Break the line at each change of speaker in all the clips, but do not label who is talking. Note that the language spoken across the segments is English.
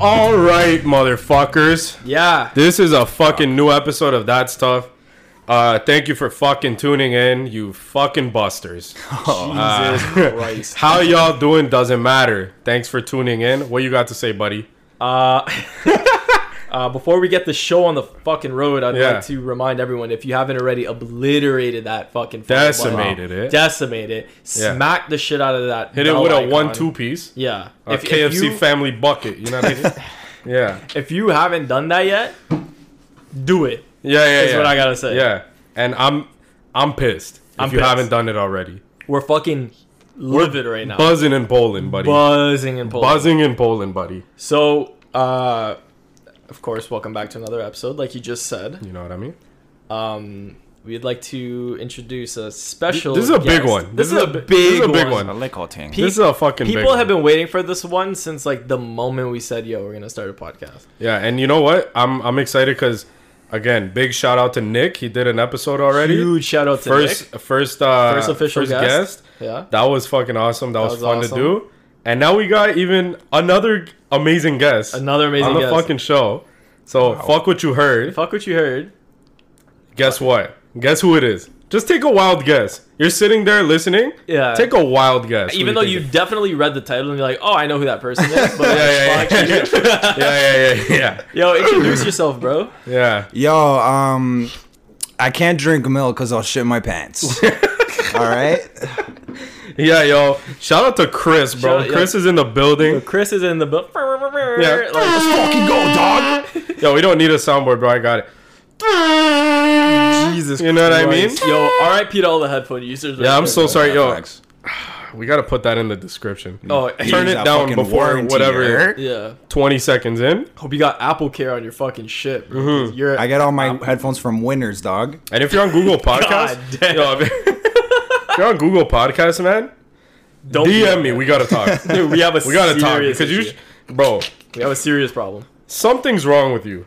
All right, motherfuckers.
Yeah.
This is a fucking new episode of that stuff. Uh, thank you for fucking tuning in, you fucking busters.
Jesus Christ.
How y'all doing doesn't matter. Thanks for tuning in. What you got to say, buddy?
Uh, before we get the show on the fucking road, I'd
Yeah.
like to remind everyone if you haven't already obliterated that fucking follow
Decimated
button.
it.
decimate it,
Yeah.
smack the shit out of that.
Hit it
bell
with a
icon.
one-two piece.
Yeah.
A KFC
you,
family bucket. You know what I mean? Yeah.
if you haven't done that yet, do it.
Yeah, yeah,
That's
yeah.
what I gotta say.
Yeah, and I'm, I'm pissed.
I'm
if you
pissed.
haven't done it already,
We're fucking livid right now.
buzzing in Poland, buddy.
buzzing and pulling.
buzzing in Poland, buddy.
So, uh, of course, welcome back to another episode. Like you just said,
You know what I mean?
um, we'd like to introduce a special.
This is a big
guest.
one.
This, is a big.
this is a big
one.
one.
A liquor tank.
Pe-
This is a fucking big
People
one.
have been waiting for this one since like the moment we said, "Yo, we're gonna start a podcast."
Yeah, and you know what? I'm I'm excited because again, big shout out to Nick. He did an episode already.
Huge shout out to
first
Nick.
first uh
First official guest. Yeah.
That was fucking awesome. That, was,
was
fun
awesome.
to do. And now we got even another amazing guest.
Another amazing
on the
guest.
fucking show. So fuck what you heard.
Fuck what you heard.
Guess what? Guess who it is? Just take a wild guess. You're sitting there listening.
Yeah.
Take a wild guess.
Even though
What
you
thinking?
definitely read the title and you're like, "Oh, I know who that person is," but
yeah,
fuck
yeah,
you.
yeah. yeah, yeah, yeah, yeah,
Yo, introduce yourself, bro.
yeah.
Yo, um, I can't drink milk because I'll shit my pants. All right.
Yeah, yo. Shout out to Chris, bro.
Shout out-
Chris is in the building.
Chris is in the book.
Yeah.
Like,
fucking go, dog.
Yo, we don't need a soundboard, bro. I got it.
Jesus.
You know what I mean?
Christ. Yo, R.I.P. to all the headphone users. right
Yeah, I'm
there,
so
bro.
sorry, yo. We gotta put that in the description.
Oh,
Turn it
that
down
fucking
before
warranty,
whatever.
Eric.
yeah.
20 seconds in.
Hope you got Apple Care on your fucking shit, bro.
Mm-hmm.
'cause You're
I got all my headphones from Winners, dog.
And if you're on Google
God
Podcasts,
damn.
yo, if if you're on Google Podcasts, man,
don't be
DM
like
me.
that.
We gotta talk.
Oh, Dude, we have a
We gotta talk
serious
because you,
issue.
sh- bro,
we have a serious problem.
something's wrong with you.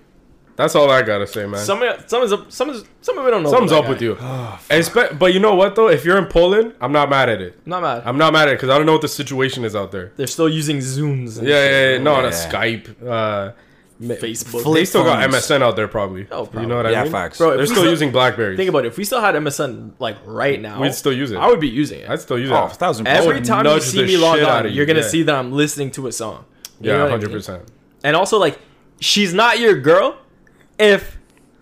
That's all I gotta say, man.
Some some's up some's some of it don't know.
Something's
about
up
that
with
guy. Ah,
you. Espe- but you know what though? If you're in Poland, I'm not mad at it.
Not mad.
I'm not mad at it because I don't know what the situation is out there.
They're still using Zooms. And
Yeah,
shit,
yeah, yeah.
bro.
No, no,
Yeah.
Skype. Uh, ma-
Facebook.
They still got
phones.
MSN out there, probably.
Oh,
You know what I
Yeah,
mean?
facts.
Bro,
They're
if we
still
still-
using Blackberry.
Think about it. If we still had MSN like right now,
We'd still use it.
I would be using it.
I'd still use it.
Oh, thousand percent.
Every
would
time you
nudge
see
the
me log
shit outta
on,
you,
you're gonna
yeah.
see that I'm listening to a song. You know
yeah,
what I mean?
hundred percent.
And also, like, she's not your girl if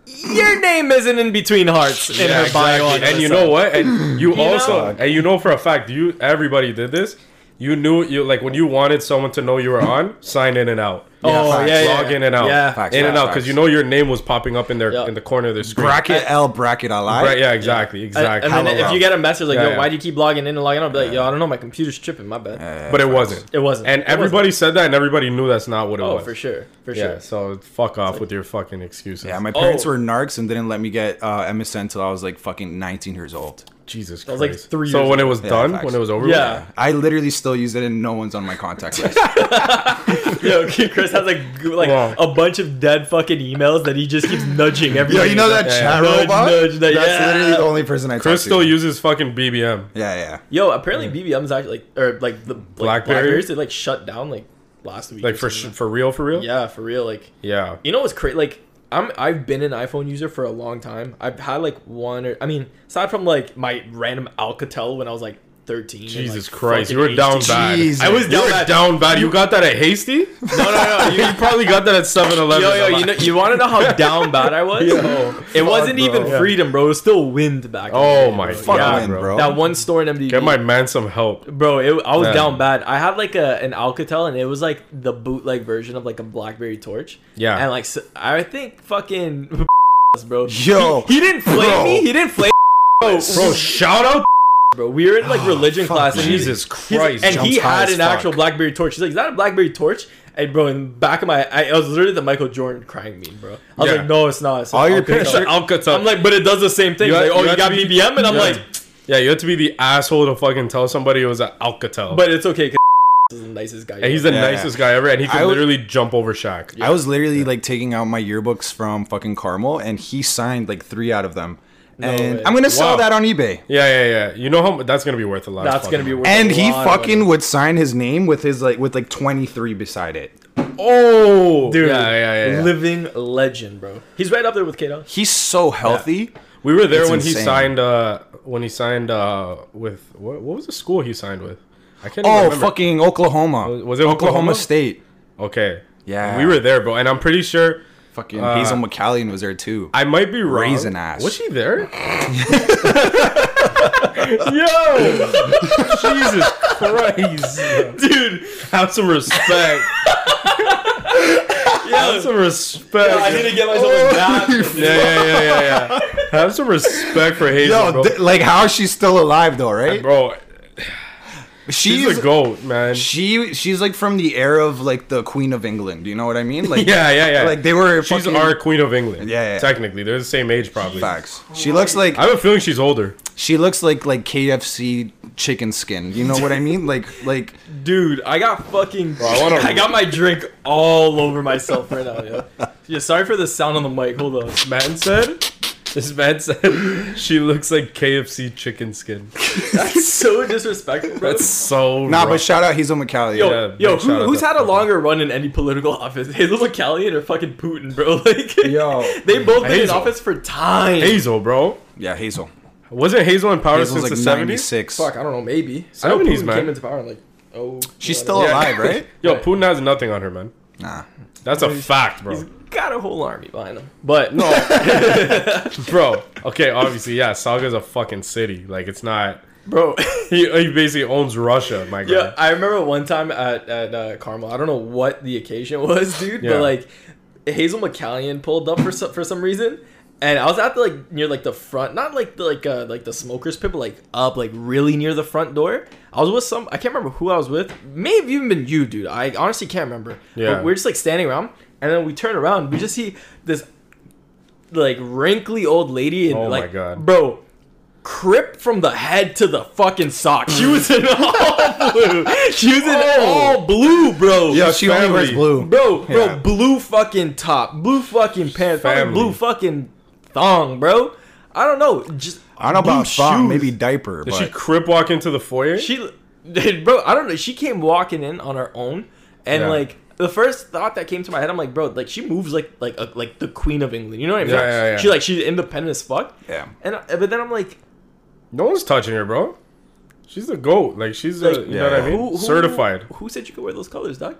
your name isn't in between hearts in her bio. on
And you
MSN.
know what? And you also,
know?
and you know for a fact, you everybody did this. You knew you like when you wanted someone to know you were on, sign in and out.
Yeah,
oh
facts.
yeah, yeah,
log
yeah.
in and out,
Yeah,
Facts.
in and out, because
Facts.
you know your name was popping up in their
Yeah.
in the corner of the screen.
Bracket L, bracket L.
Right? Yeah, exactly, exactly.
And, and then
Hello,
if you
bro.
get a message like,
Yeah,
"Yo,
yeah.
why do you keep logging in and logging out?" I'll be like, "Yo, I don't know. My computer's tripping. My bad."
but it wasn't.
It wasn't.
And
It wasn't.
everybody said that, and everybody knew that's not what it
Oh,
was.
for sure, for
Yeah.
sure.
So fuck off with your fucking excuses.
Yeah, my parents
Oh.
were narcs and didn't let me get uh, MSN until I was like fucking 19 years old.
Jesus
was
Christ.
like three
So
years
when it was
Yeah,
done,
facts.
when it was over,
Yeah.
I literally still use it and no one's on my contact list.
Yo, Chris has like g- like
Wow.
a bunch of dead fucking emails that he just keeps nudging
Yo,
everybody.
you know that
Yeah.
chat
Nudge,
robot?
nudge, nudge.
That's
Yeah.
literally the only person I talk
Chris
to.
still uses fucking BBM.
Yeah, yeah.
Yo, apparently BBM's actually like or like the like,
Blackberry?
Blackberries they like shut down like last week.
Like
or
for sh-
something.
for real, for real.
yeah, for real. Like
Yeah.
you know what's crazy? Like I'm I've been an iPhone user for a long time. I've had like one or I mean aside from like my random Alcatel when I was like 13. and,
Jesus
like,
Christ,
fucking
you were down
18.
bad.
Jesus.
I was
You
down,
were
bad. down bad. You got that at Hasty?
No, no, no.
you
You,
probably got that at 7-Eleven.
Yo, yo, you know, you want to know how down bad I was? it wasn't
bro.
even
Yeah.
freedom, bro. It was still wind back. in the
Oh
day,
my
bro.
Fuck
Yeah.
god,
wind,
bro.
bro.
That one store in MDB,
Get my man some help.
bro. It, I was
Yeah.
down bad. I had like a an Alcatel, and it was like the bootleg version of like a BlackBerry Torch.
Yeah.
and like s- I think fucking bro.
Yo,
he, he didn't flame
bro.
me. He didn't flame. Bro,
Bro, shout out
bro, we were in like religion
Fuck,
class, and he-
Jesus
he's-
Christ.
and he
Jumps high
had
as
an actual
fuck.
BlackBerry torch. He's like, "Is that a BlackBerry torch?" And bro, in the back of my, I, I was literally the Michael Jordan crying meme, bro. I was
Yeah.
like, "No, it's not." It's
All
an
your
Alcatel."
picture-
Alcatel.
I'm like, but it does the same thing.
You
He's
had-
like, oh,
you
you,
had
got
to be-
BBM, and I'm
Yeah.
like,
Yeah, you have to be the asshole to fucking tell somebody it was an Alcatel.
but it's okay. 'cause is the nicest guy.
and he's the
Yeah.
nicest guy ever, and he
I
can
would-
literally jump over Shaq.
I was literally like taking out my yearbooks from fucking Carmel, and he signed like three out of them. and
way.
I'm gonna sell
Wow.
that on eBay.
Yeah, yeah, yeah. You know how mu- that's gonna be worth a lot. of
That's gonna
fucking
be
money.
worth.
And
a
he
lot of money.
fucking would sign his name with his like with like 23 beside it.
Oh,
Dude,
yeah, yeah, yeah. yeah.
living legend, bro. He's right up there with K Dog.
He's so healthy.
we were there
It's
when he
insane.
signed. Uh, when he signed uh, with what, what was the school he signed with? I can't.
Oh,
even remember.
fucking Oklahoma.
Was- was it
Oklahoma,
Oklahoma?
State?
Okay.
Yeah.
we were there, bro, and I'm pretty sure
Fucking
Uh,
Hazel McCallion was there too.
I might be wrong.
Raisin ass.
Was she there? Yo, Jesus Christ, dude, have some respect. have some respect.
I need to get myself a bath.
yeah, yeah, yeah, yeah, yeah. Have some respect for Hazel,
Yo,
bro.
th- like how is she still alive though, right?
bro,
she's
she's, a goat, man.
she she's like from the era of like the Queen of England. Do you know what I mean? Like
yeah, yeah, yeah.
like they were
she's
fucking-
our queen of England.
Yeah, yeah.
technically, they're the same age, probably.
facts. She looks like
I have a feeling she's older.
she looks like like KFC chicken skin. You know what I mean? Like like
Dude, I got fucking.
I
I,
wanna-
got my drink all over myself right now, yo. Yeah, sorry for the sound on the mic. Hold on.
Man said, this man said she looks like KFC chicken skin.
That's so disrespectful, bro.
That's so
nah.
rough.
But shout out Hazel McCallion.
Yo,
yeah,
yo
big shout out
who,
to
who's had a
fucking-
longer run in any political office? Hazel McCallion or fucking Putin, bro? Like,
Yo.
they both been in
Hazel.
office for time.
Hazel, bro.
yeah, Hazel.
Wasn't Hazel in power
Hazel's
since
like
the
ninety
seventies?
six.
Fuck, I don't know, maybe. I know
70s,
Putin
man.
came into power in like, oh.
She's still
whatever.
alive, right?
Yo, Putin has nothing on her, man.
Nah.
That's a fact, bro.
He's got a whole army behind him. But, no.
Bro, okay, obviously, yeah. Saga's a fucking city. Like, it's not.
bro.
He, he basically owns Russia, my guy.
Yeah, I remember one time at at uh, Carmel. I don't know what the occasion was, dude,
Yeah.
but like Hazel McCallion pulled up for some, for some reason, and I was at the, like near like the front, not like the like uh, like the smokers pit, but like up like really near the front door. I was with some. I can't remember who I was with. May have even been you, dude. I honestly can't remember.
Yeah.
But we're just like standing around, and then we turn around. We just see this like wrinkly old lady and
Oh my
like
God.
bro Crip from the head to the fucking sock. She was in all blue. She was in
Oh.
all blue, bro.
Yo, she only
family.
wears blue.
Bro, bro,
Yeah.
blue fucking top, blue fucking pants, fucking
Family.
blue fucking thong, bro. I don't know. Just
I don't know
blue
about thong,
shoes.
maybe diaper,
Did
but
she crip walk into the foyer?
she, bro. I don't know. She came walking in on her own, and
Yeah.
like the first thought that came to my head, I'm like, bro, like she moves like like a, like the queen of England. You know what I mean?
Yeah, yeah, yeah.
She like she's independent as fuck.
Yeah.
And I, but then I'm like,
no one's touching her, bro. She's the goat. Like, she's a.
Like,
you know what I mean?
who- who-
Certified.
Who said you could wear those colors, dog?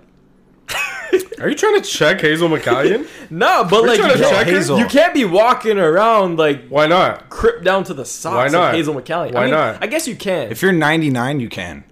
Are you trying to check Hazel McCallion?
No, but like
trying
you
to check
can't,
her?
you can't be walking around like
Why not?
crip down to the socks.
Why not?
Of Hazel McCallion.
Why
I mean,
not?
I guess you can.
if you're 99, you can.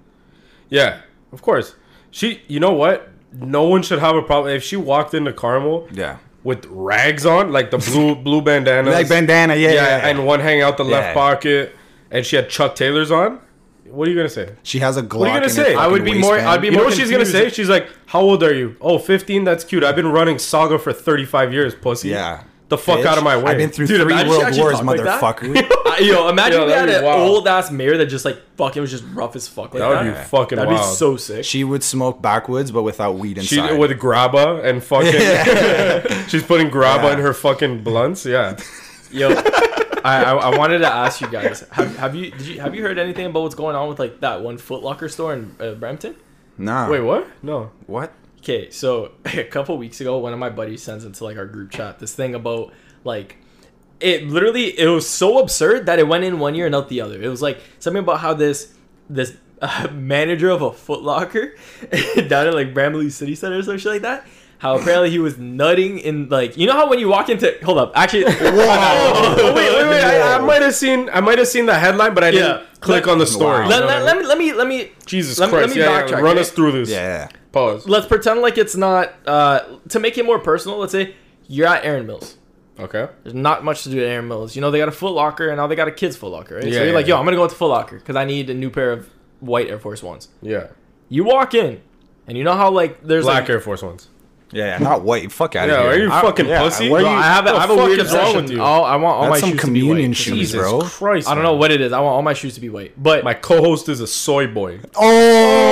Yeah, of course. She, you know what? No one should have a problem if she walked into Carmel
Yeah.
with rags on, like the blue blue bandanas,
Like bandana, yeah, yeah,
yeah,
yeah.
and one hanging out the left
Yeah.
pocket, and she had Chuck Taylors on. What are you gonna say?
She has a Glock.
What are you gonna
in her
say?
fucking waistband.
you know what she's gonna say? She's like, "How old are you? Oh, 15? That's cute. I've been running Saga for 35 years, pussy.
Yeah.
the fuck
Bitch,
out of my way.
I've been through
Dude,
three
imagine she
world
actually
wars,
talked like that.
motherfucker.
I- yo, imagine
Yo,
we
that'd
had
be
an
wild.
old ass mayor that just like fucking was just rough as fuck like
That
that.
would be fucking
That'd be
wild.
so sick.
she would smoke backwoods, but without weed
she
inside.
with grabba and fucking. she's putting grabba
Yeah.
in her fucking blunts. Yeah,
Yo, I, I I wanted to ask you guys have, have you did you have you heard anything about what's going on with like that one Foot Locker store in uh, Brampton?
nah.
Wait, what? No.
what?
Okay, so a couple weeks ago, one of my buddies sends into like our group chat this thing about like it literally it was so absurd that it went in one ear and out the other. It was like something about how this this uh, manager of a Foot Locker down in like Bramley City Center or something like that. How apparently he was nutting in like you know how when you walk into hold up actually
Oh, wait, wait, wait! I, I might have seen, I might have seen the headline, but I didn't
Yeah.
click
Let-
on the story.
Wow.
You know
let,
what I
let,
mean?
let me let me let me
Jesus
let me- let
Christ!
me
yeah, yeah,
backtrack,
run
okay?
us through this.
Yeah.
Pause.
let's pretend like it's not uh to make it more personal. Let's say you're at Aaron Mills.
Okay.
There's not much to do at Aaron Mills. You know, they got a Foot Locker and now they got a kids Foot Locker, right?
Yeah,
so you're
yeah,
like,
yeah.
yo, I'm gonna go with the Foot Locker because I need a new pair of white Air Force Ones.
Yeah.
You walk in, and you know how like there's
Black
like,
Air Force Ones.
Yeah. Not white. Fuck out of
Yeah.
here.
Are you
I-
fucking
yeah,
pussy?
what
Bro,
are you-
I have a, I have a
what the
weird
fuck is wrong
obsession.
with you?
All, I want all
That's
my
some
shoes to be
communion
white.
shoes.
Jesus
bro.
Christ!
I don't
man.
know what it is. I want all my shoes to be white, but
My co-host is a soy boy.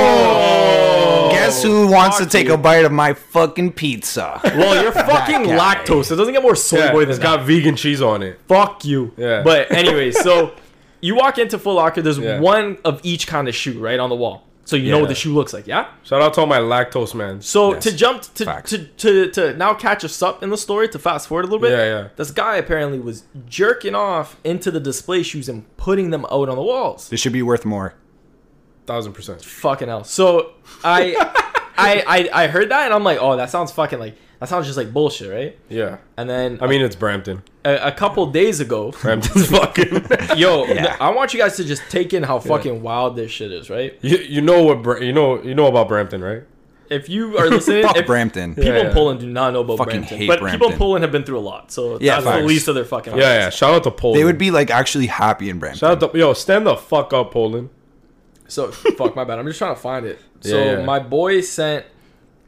Oh. Guess who wants to
Fuck
take
you.
a bite of my fucking pizza?
well, you're fucking
guy.
lactose. It doesn't get more soy
Yeah,
boy
it's
than
got vegan cheese on it.
fuck you.
Yeah.
But anyway, so you walk into Foot Locker, there's
Yeah.
one of each kind of shoe right on the wall. so you know what
Yeah.
the shoe looks like. Yeah.
Shout out to all my lactose man.
So
Yes.
to jump to,
Facts.
to to to now catch us up in the story to fast forward a little bit.
Yeah, yeah.
This guy apparently was jerking off into the display shoes and putting them out on the walls.
This should be worth more.
Thousand percent.
Fucking hell. So I, I I I heard that and I'm like, oh, that sounds fucking like that sounds just like bullshit, right?
Yeah.
And then
I mean, it's Brampton.
a, a couple days ago,
Brampton's fucking.
yo,
Yeah.
I want you guys to just take in how fucking wild this shit is, right?
You, you know what Bra- you know you know about Brampton, right?
If you are listening,
Fuck
if-
Brampton.
People
Yeah,
in
yeah.
Poland do not know about
Fucking
Brampton,
hate
but people in
Brampton.
Poland have been through a lot, so
Yeah,
that's the
facts.
least of their fucking.
Yeah, yeah. Shout out to Poland.
They would be like actually happy in Brampton.
Shout out to yo, stand the fuck up, Poland.
So fuck my bad. I'm just trying to find it. So
Yeah, yeah.
my boy sent.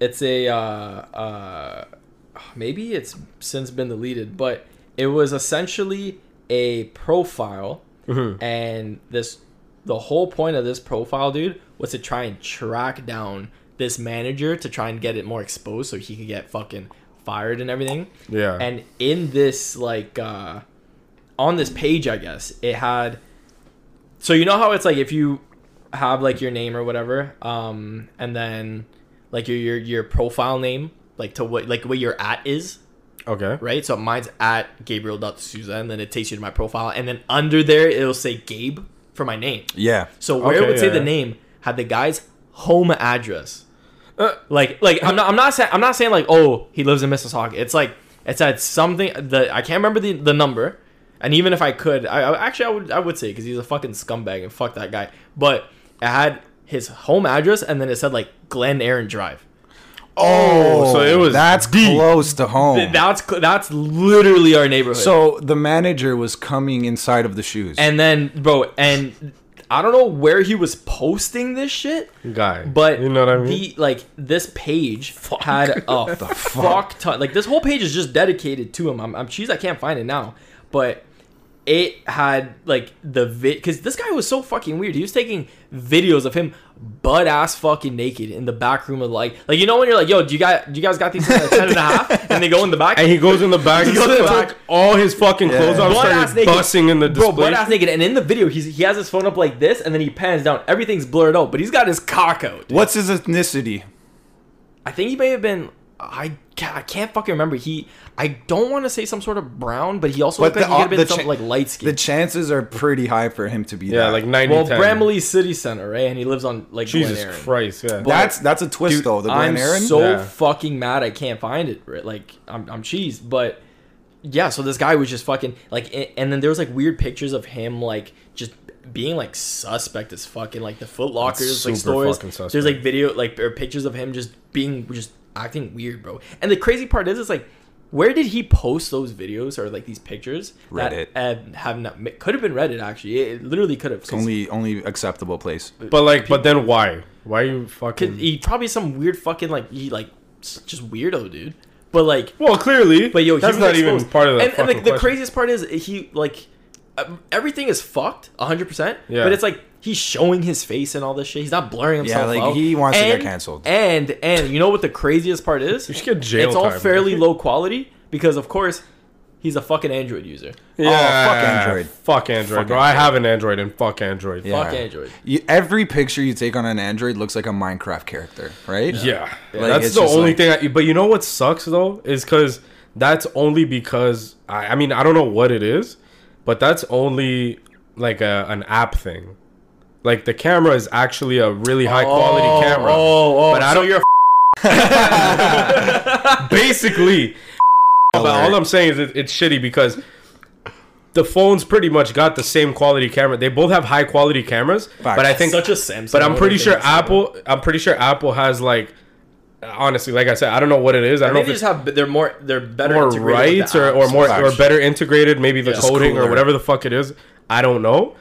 It's a uh, uh, maybe it's since been deleted, but it was essentially a profile,
Mm-hmm.
and this the whole point of this profile, dude, was to try and track down this manager to try and get it more exposed so he could get fucking fired and everything.
Yeah.
And in this like uh on this page, I guess, it had so you know how it's like if you have like your name or whatever, um and then like your your your profile name, like to what like what your at is,
okay.
right? So mine's at gabriel.souza and then it takes you to my profile and then under there it'll say Gabe for my name.
yeah.
So where it
Okay,
would say the
yeah.
name had the guy's home address.
Uh,
like like I'm not I'm not saying I'm not saying like oh he lives in Mississauga. It's like it's at something the I can't remember the, the number. And even if I could, I, I actually I would I would say because he's a fucking scumbag and fuck that guy. But it had his home address and then it said like Glen Aaron Drive.
Oh,
so it was
that's
deep.
close to home.
That's cl- that's literally our neighborhood.
so the manager was coming inside of the shoes.
and then bro and I don't know where he was posting this shit.
Guy.
But
you know what I mean?
The, like this page had a fuck ton. Like this whole page is just dedicated to him. I'm, I'm cheese. I can't find it now, but it had like the vid because this guy was so fucking weird. He was taking videos of him butt ass fucking naked in the back room of like like you know when you're like yo do you got do you guys got these at 10 and a half and they go in the back
and he goes in the back. he
goes in the
took
back.
all his fucking clothes off,
Butt-ass
started
naked.
busting in the display.
Bro, butt ass naked, and in the video, he's, he has his phone up like this, and then he pans down. Everything's blurred out, but he's got his cock out. dude.
What's his ethnicity?
I think he may have been. I can't, I can't fucking remember. He. I don't want to say some sort of brown, but he also
But
looked like he
the-
could have been
the
some
cha-
like light
The
skin.
chances are pretty high for him to be
yeah,
that.
like 90
well,
10.
Bramley City Center, right? And he lives on like
Jesus
Glen Aaron.
Christ, yeah.
that's that's a twist
Dude,
though. The
I'm
Glen Aaron.
so
Yeah.
fucking mad I can't find it. right? Like I'm I'm cheesed, but yeah. So this guy was just fucking like, a- and then there was like weird pictures of him like just being like suspect as fucking like the Foot Lockers like
super
stores.
fucking suspect.
There's like video like or pictures of him just being just acting weird, bro. And the crazy part is, it's like. Where did he post those videos or like these pictures? that,
Reddit.
uh, have not could have been Reddit actually. It, it literally could have. 'cause-
only only acceptable place.
but like, but then why? Why you fucking?
Cause he probably some weird fucking like he like s- just weirdo dude. But like,
well, clearly,
but yo, he
that's
was
not even
exposed.
part of the
And,
fucking
and like the
question.
craziest part is he like um, everything is fucked, hundred percent.
Yeah.
But it's like he's showing his face and all this shit. He's not blurring himself.
like,
out.
he wants to get
And-
canceled.
And and you know what the craziest part is?
You should get jail
It's all
time.
fairly low quality because of course he's a fucking Android user.
Yeah,
fuck Android.
Fuck Android,
Fuck
bro. I have an Android and fuck Android.
Yeah.
Fuck Android.
You, every picture you take on an Android looks like a Minecraft character, right?
Yeah,
Like,
that's
it's
the
just
only
like-
thing. I, but you know what sucks though is because that's only because I, I mean I don't know what it is, but that's only like a, an app thing. Like the camera is actually a really high
Oh,
quality camera.
Oh, oh.
But I
so
don't-
you're
Basically, but all I'm saying is it, it's shitty because the phones pretty much got the same quality camera. They both have high quality cameras, but I
Facts.
think
such a Samsung.
But I'm
what
pretty
do you
sure
think?
Apple. I'm pretty sure Apple has like, honestly, like I said, I don't know what it is. I don't know
Maybe
if
they
it's
just have they're more they're better
more
integrated with
rights
the
or, or
apps.
more
Facts.
or better integrated. Maybe the
Yeah. It's
coding or
cooler.
whatever the fuck it is. I don't know,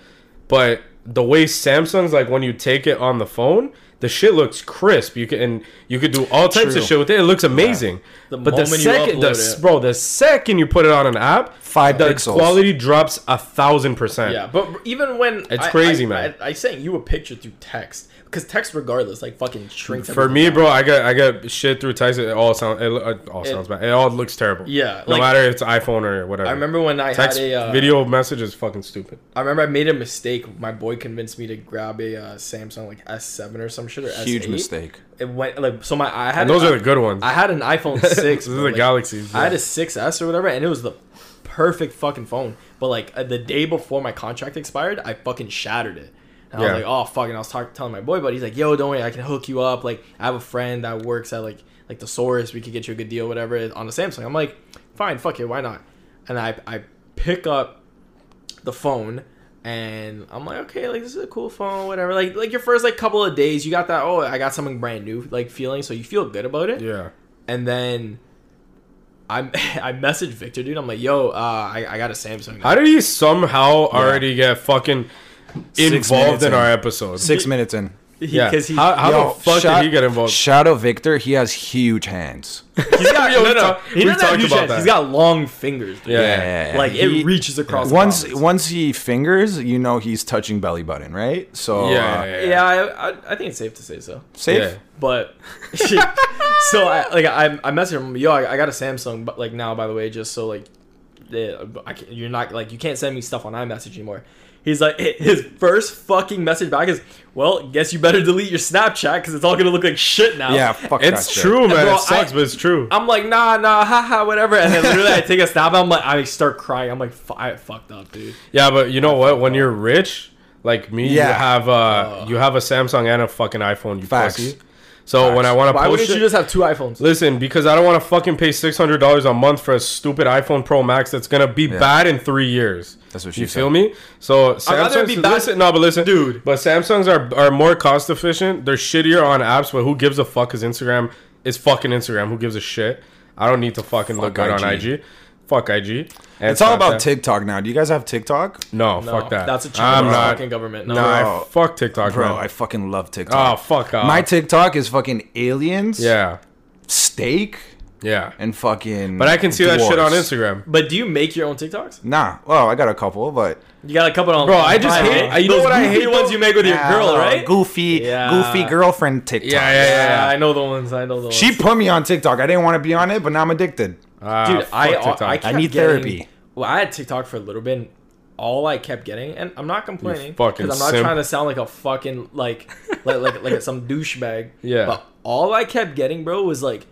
but the way Samsung's like when you take it on the phone, the shit looks crisp. You can and you could do all types
True.
of shit with it. It looks amazing.
The
but the
moment you
second, the,
upload
s-
it.
bro, the second you put it on an app,
Five
the
pixels.
quality drops a thousand percent.
Yeah, but even when
It's crazy, man.
I, I, I sent you a picture through text, because text regardless like fucking shrinks.
For
everything
me,
down.
bro, I got I got shit through text. It all sounds it, lo- it all sounds bad. It all looks terrible.
Yeah,
no
like-
matter if it's iPhone or whatever.
I remember when I
text
had a uh,
video message is fucking stupid.
I remember I made a mistake. My boy convinced me to grab a uh, Samsung like S7 or some shit or
Huge
S8.
mistake.
It went like so. My I had
And those
an-
are the good ones.
I had an iPhone six.
This is
bro,
the
like,
galaxies.
I had a
yeah.
6S or whatever, and it was the perfect fucking phone. But like uh, the day before my contract expired, I fucking shattered it. And I
Yeah.
was like, oh fucking, I was talk- telling my boy, but he's like, yo, don't worry, I can hook you up. Like I have a friend that works at like like the source, we could get you a good deal, whatever, on the Samsung. I'm like, fine, fuck it, why not? And I I pick up the phone and I'm like, okay, like this is a cool phone, whatever. Like like your first like couple of days, you got that, oh, I got something brand new like feeling, so you feel good about it
yeah.
and then I I messaged Victor, dude. I'm like, yo, uh, I, I got a Samsung.
How did he somehow already get fucking involved
minutes
in
in.
our episode?
Six minutes in.
yeah.
because he,
how how
Yo,
the fuck
shout-
did he get involved?
Shout out Victor. He has huge hands.
he's got
Yo,
no,
we
no,
talk-
he
we
doesn't
talked
have huge
about
hands.
that.
He's got long fingers. Dude.
Yeah.
like
He-
it reaches across. the
Once
province.
once he fingers, you know he's touching belly button, right? So
Yeah,
uh,
yeah,
yeah, I, I I think it's safe to say so.
safe.
Yeah.
But so I like I I messaged him, yo, I, I got a Samsung, but like now by the way, just so like, eh, I can't, you're not like you can't send me stuff on iMessage anymore. He's like eh, his first fucking message back is, well, guess you better delete your Snapchat because it's all gonna look like shit now.
Yeah, fuck
It's
that shit.
true, man.
Bro,
it sucks,
I-
but it's true.
I'm like, nah, nah, haha, whatever. And then literally, I take a snap. I'm like, I start crying. I'm like, F- I fucked up, dude.
yeah, but you know what? When you're rich, like me, you
Yeah.
have uh, you have a Samsung and a fucking iPhone. You
Facts.
pussy. So when I want to
Why
post
wouldn't
shit,
you just have two iPhones?
listen, because I don't want to fucking pay six hundred dollars a month for a stupid iPhone Pro Max that's gonna be bad in three years.
That's what she
you
said.
feel me. So
rather it
Samsung's
be bad-
listen, no, but listen, dude. But Samsungs are are more cost efficient. They're shittier on apps, but who gives a fuck? Cause Instagram is fucking Instagram. Who gives a shit? I don't need to fucking look good on
IG.
IG. Fuck IG. And
It's all about
Snapchat.
TikTok now. Do you guys have TikTok?
No,
No,
fuck that.
That's a
I'm
China
not.
fucking government. No,
Nah,
Bro.
I fuck TikTok,
Bro,
Man.
I fucking love
oh,
TikTok.
fuck off.
My TikTok is fucking aliens,
yeah,
steak,
yeah.
and fucking.
But I can see that shit on
dwarves.
Instagram.
But do you make your own TikToks?
Nah, well, I got a couple, but
You got a couple on.
Bro, I just hate- I- you know
Those
what I
goofy
hate,
Ones
though?
you make with your girl,
Uh,
right?
Goofy,
Yeah.
goofy girlfriend TikTok.
Yeah, yeah, yeah.
Yeah, I know the ones. I know the ones.
She put me on TikTok. I didn't want to be on it, but now I'm addicted.
Ah,
dude.
fuck
I,
TikTok.
I,
can't
kept
need
getting-
therapy.
Well, I had TikTok for a little bit. And all I kept getting, and I'm not complaining,
fucking
I'm not
simp.
trying to sound like a fucking like like like, like some douchebag.
Yeah.
But all I kept getting, bro, was like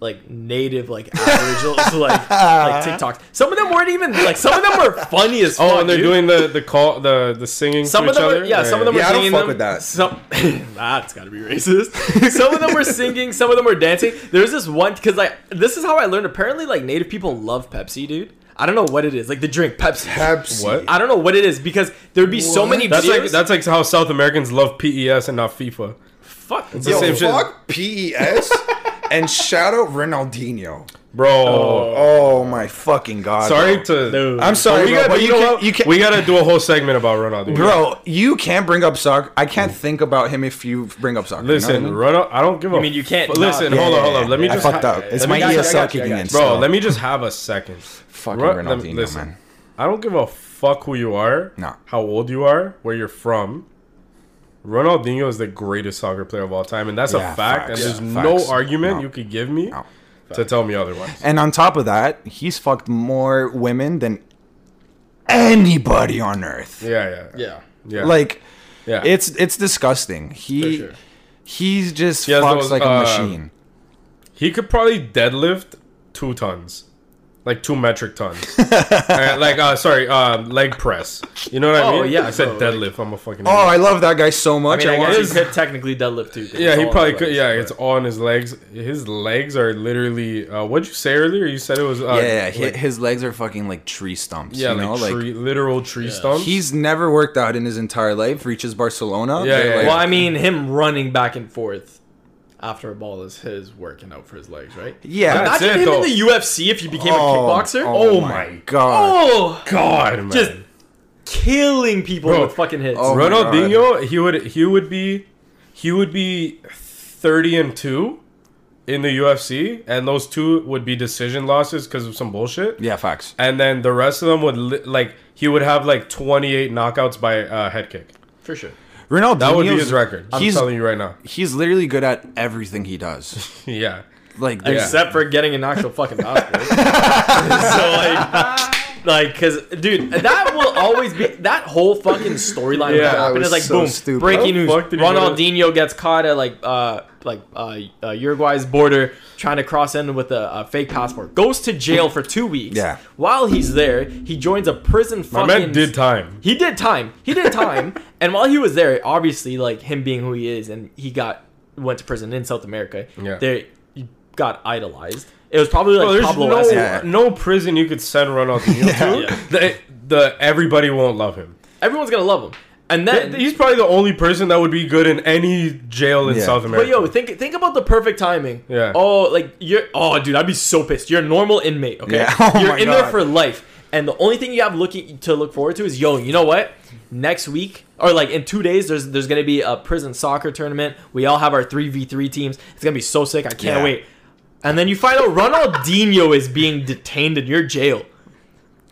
like native like Aboriginal so, like like TikToks. Some of them weren't even like some of them were funny as fuck.
Oh, and they're
dude.
doing the the call the the singing
Some
to
of
each
them,
other.
were, yeah, some of them
Yeah,
were
I don't
singing
fuck
them-
with that.
Some that's gotta be racist. some of them were singing, some of them were dancing. There's this one because like this is how I learned. Apparently, like Native people love Pepsi, dude. I don't know what it is. Like the drink Pepsi.
Pepsi.
What?
I don't know what it is because there'd be so many
That's
videos.
like that's like how South Americans love PES and not FIFA.
fuck.
the
Yo,
yo,
same shit.
fuck PES and shout out Ronaldinho.
Bro,
Oh my fucking god.
sorry
bro.
to.
Dude.
I'm sorry,
we
bro,
got,
but
you,
you
know
can't-
what?
you can't-
we gotta do a whole segment about Ronaldo,
Bro, you can't bring up soccer. I can't think about him if you bring up soccer. you know
Listen,
what I mean?
Ronaldo. I don't give a.
mean you can't
f-
not-
Listen,
Yeah,
hold
yeah,
on, hold on.
yeah,
Let me
yeah.
just.
I fucked
ha-
up. It's
let
my
me just-
ESL kicking in.
Bro,
still.
let me just have a second.
fucking
Ru- let me-
Ronaldinho,
listen.
man.
I don't give a fuck who you are,
No.
how old you are, where you're from. Ronaldinho is the greatest soccer player of all time, and that's
Yeah,
a fact.
facts.
And there's
Yeah,
no
facts.
argument
No.
you could give me
No.
to tell me otherwise.
And on top of that, he's fucked more women than anybody on earth.
Yeah, yeah,
yeah.
yeah.
Like
yeah,
it's it's disgusting. He
For sure.
he's just
He has
fucks
those,
like a
uh,
machine.
he could probably deadlift two tons, like two metric tons. Uh, like, uh, sorry, uh, leg press. You know what I
Oh,
mean?
yeah,
I said
bro,
deadlift. I'm a fucking.
Oh, I love that guy so
I
much.
mean,
I
I
want-
guess he could technically deadlift too. 'cause
Yeah,
it's
he
all
probably
on
could.
his
Yeah,
legs,
it's
but-
all on his legs. His legs are literally. Uh, what'd you say earlier? You said it was. Uh,
yeah, yeah, hi-
like-
his legs are fucking like tree stumps.
yeah,
you know,
like,
like
tree, literal tree stumps.
he's never worked out in his entire life. Reaches Barcelona.
Yeah,
they're
yeah,
like,
yeah.
Well, I mean, him running back and forth after a ball is his working out for his legs, right?
Yeah.
That's
Imagine
it,
him
though.
in the UFC if he became a
Oh,
kickboxer.
oh
Oh,
my
my
god.
Oh,
God, man.
just killing people
Bro.
with fucking hits.
Oh. my
Ronaldinho, he would he would be he would be thirty and two in the UFC, and those two would be decision losses because of some bullshit.
Yeah, facts.
And then the rest of them would li- like he would have like twenty eight knockouts by uh, head kick.
For sure.
Ronaldo.
That would be his record. I'm
he's
telling you right now.
he's literally good at everything he does.
Yeah.
Like there's-
except for getting an actual fucking Oscar. so like, like, cause dude, that will always be that whole fucking storyline.
Yeah,
Yeah,
that
happened
was
is like
so
boom,
stupid.
How the
breaking news:
fuck did he get it?
Ronaldinho gets caught at like uh like uh, uh Uruguay's border trying to cross in with a, a fake passport. Goes to jail for two weeks.
Yeah.
While he's there, he joins a prison.
My
Fucking
man did time.
he did time. He did time. and while he was there, obviously, like him being who he is, and he got went to prison in South America.
Yeah.
they he got idolized. It was probably like
Bro, there's
Pablo
no
Escobar.
Yeah.
no prison you could send Ronaldinho to.
Yeah.
The, the everybody won't love him.
Everyone's gonna love him. And then
He's probably the only person that would be good in any jail in
Yeah.
South
But
America.
yo, think think about the perfect timing.
Yeah.
Oh, like you're. Oh, dude, I'd be so pissed. You're a normal inmate. Okay.
Yeah. Oh
you're
my
in there
God.
for life, and the only thing you have looking to look forward to is yo. You know what? Next week, or like in two days, there's there's gonna be a prison soccer tournament. We all have our three v three teams. It's gonna be so sick. I can't
Yeah.
wait. And then you find out Ronaldinho is being detained in your jail,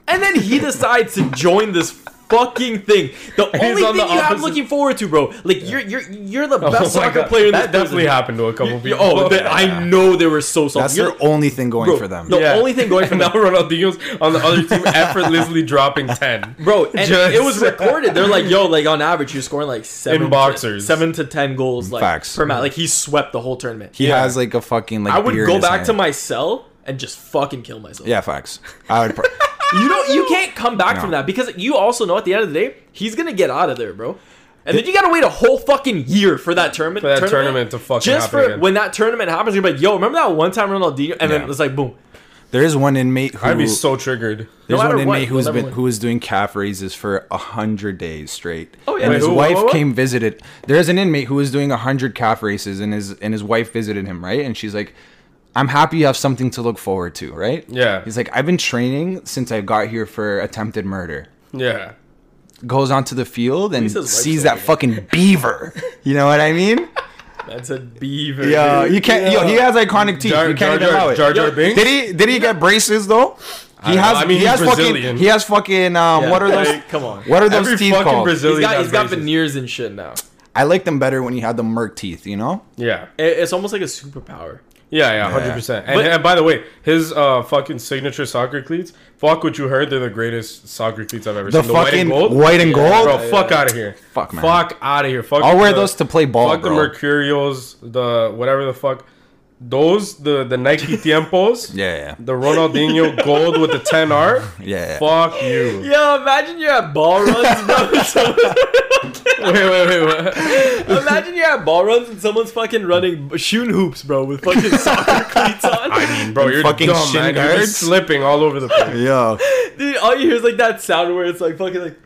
and then he decides to join this. Fucking thing. The only
on
thing
the
you have
opposite-
looking forward to, bro. Like you're you're you're the
Oh my
best soccer
God.
player in this
that definitely
prison.
happened to a couple
Yeah,
people.
Oh, that, I know they were so
that's
salty.
the only thing going
bro,
for them.
the only thing going for
and now
them-
Ronaldinho's on the other team effortlessly dropping ten.
bro, and
Just-
it was recorded. They're like, yo, like on average, you're scoring like seven
In boxers.
to, seven to ten goals, like
Facts.
per match. Like he swept the whole tournament.
he
yeah.
has like a fucking like.
I would
beer in
go
his
back
hand.
to my cell and just fucking kill myself.
Yeah, facts. I would. Pro-
you don't, you can't come back
No.
from that because you also know at the end of the day he's gonna get out of there, bro. And then you gotta wait a whole fucking year for that tournament.
For that tournament to fucking
just
happen
for
again.
when that tournament happens. You're like, yo, remember that one time Ronaldinho? And
Yeah.
then it's like, boom.
there is one inmate who
I'd be so triggered.
there's
matter
one
what,
inmate who's
you'll
been
never win.
who was doing calf raises for a hundred days straight.
Oh, yeah.
and
Wait,
his
who-
wife
what, what?
came visited. There's an inmate who was doing a hundred calf races, and his and his wife visited him, right? And she's like, "I'm happy you have something to look forward to, right?"
Yeah.
He's like, "I've been training since I got here for attempted murder."
Yeah.
Goes onto the field and
least his wife's
sees
not
that fucking beaver. You know what I mean?
That's a beaver.
Yo, you can't. Yo, he has iconic teeth.
Jar
you
Jar
can't even allow
Jar, Jar,
it.
Jar
Yo,
Binks.
Did he did he get braces though? He
don't
has.
know. I mean,
he
he's
has
Brazilian.
fucking. He has fucking. Um, what are those?
Like, come on.
What are those
Every
teeth
fucking
called?
Brazilian
He's got
has
he's got
braces.
veneers and shit now.
I like them better when he had the Merc teeth. You know.
Yeah.
It- It's almost like a superpower.
Yeah, yeah, hundred percent. And,
But-
and by the way, his uh, fucking signature soccer cleats. Fuck what you heard. They're the greatest soccer cleats I've ever
The
seen.
fucking white and gold.
Bro, fuck out of here.
Fuck, man.
Fuck out of here. Fuck.
I'll wear those to play ball,
Fuck
bro.
the Mercurials, the whatever the fuck. Those the the Nike Tiempos.
Yeah, yeah.
The Ronaldinho gold with the ten R.
Yeah, yeah.
Fuck you.
Yo, imagine you're at ball runs, bro.
Wait, wait, wait, wait.
imagine you're at ball runs and someone's fucking running shooting hoops, bro, with fucking soccer cleats on.
I mean, bro, you're
fucking
dumb,
shin
man. You're
guards.
just slipping all over the place.
Yo,
Dude, all you hear is like that sound where it's like fucking like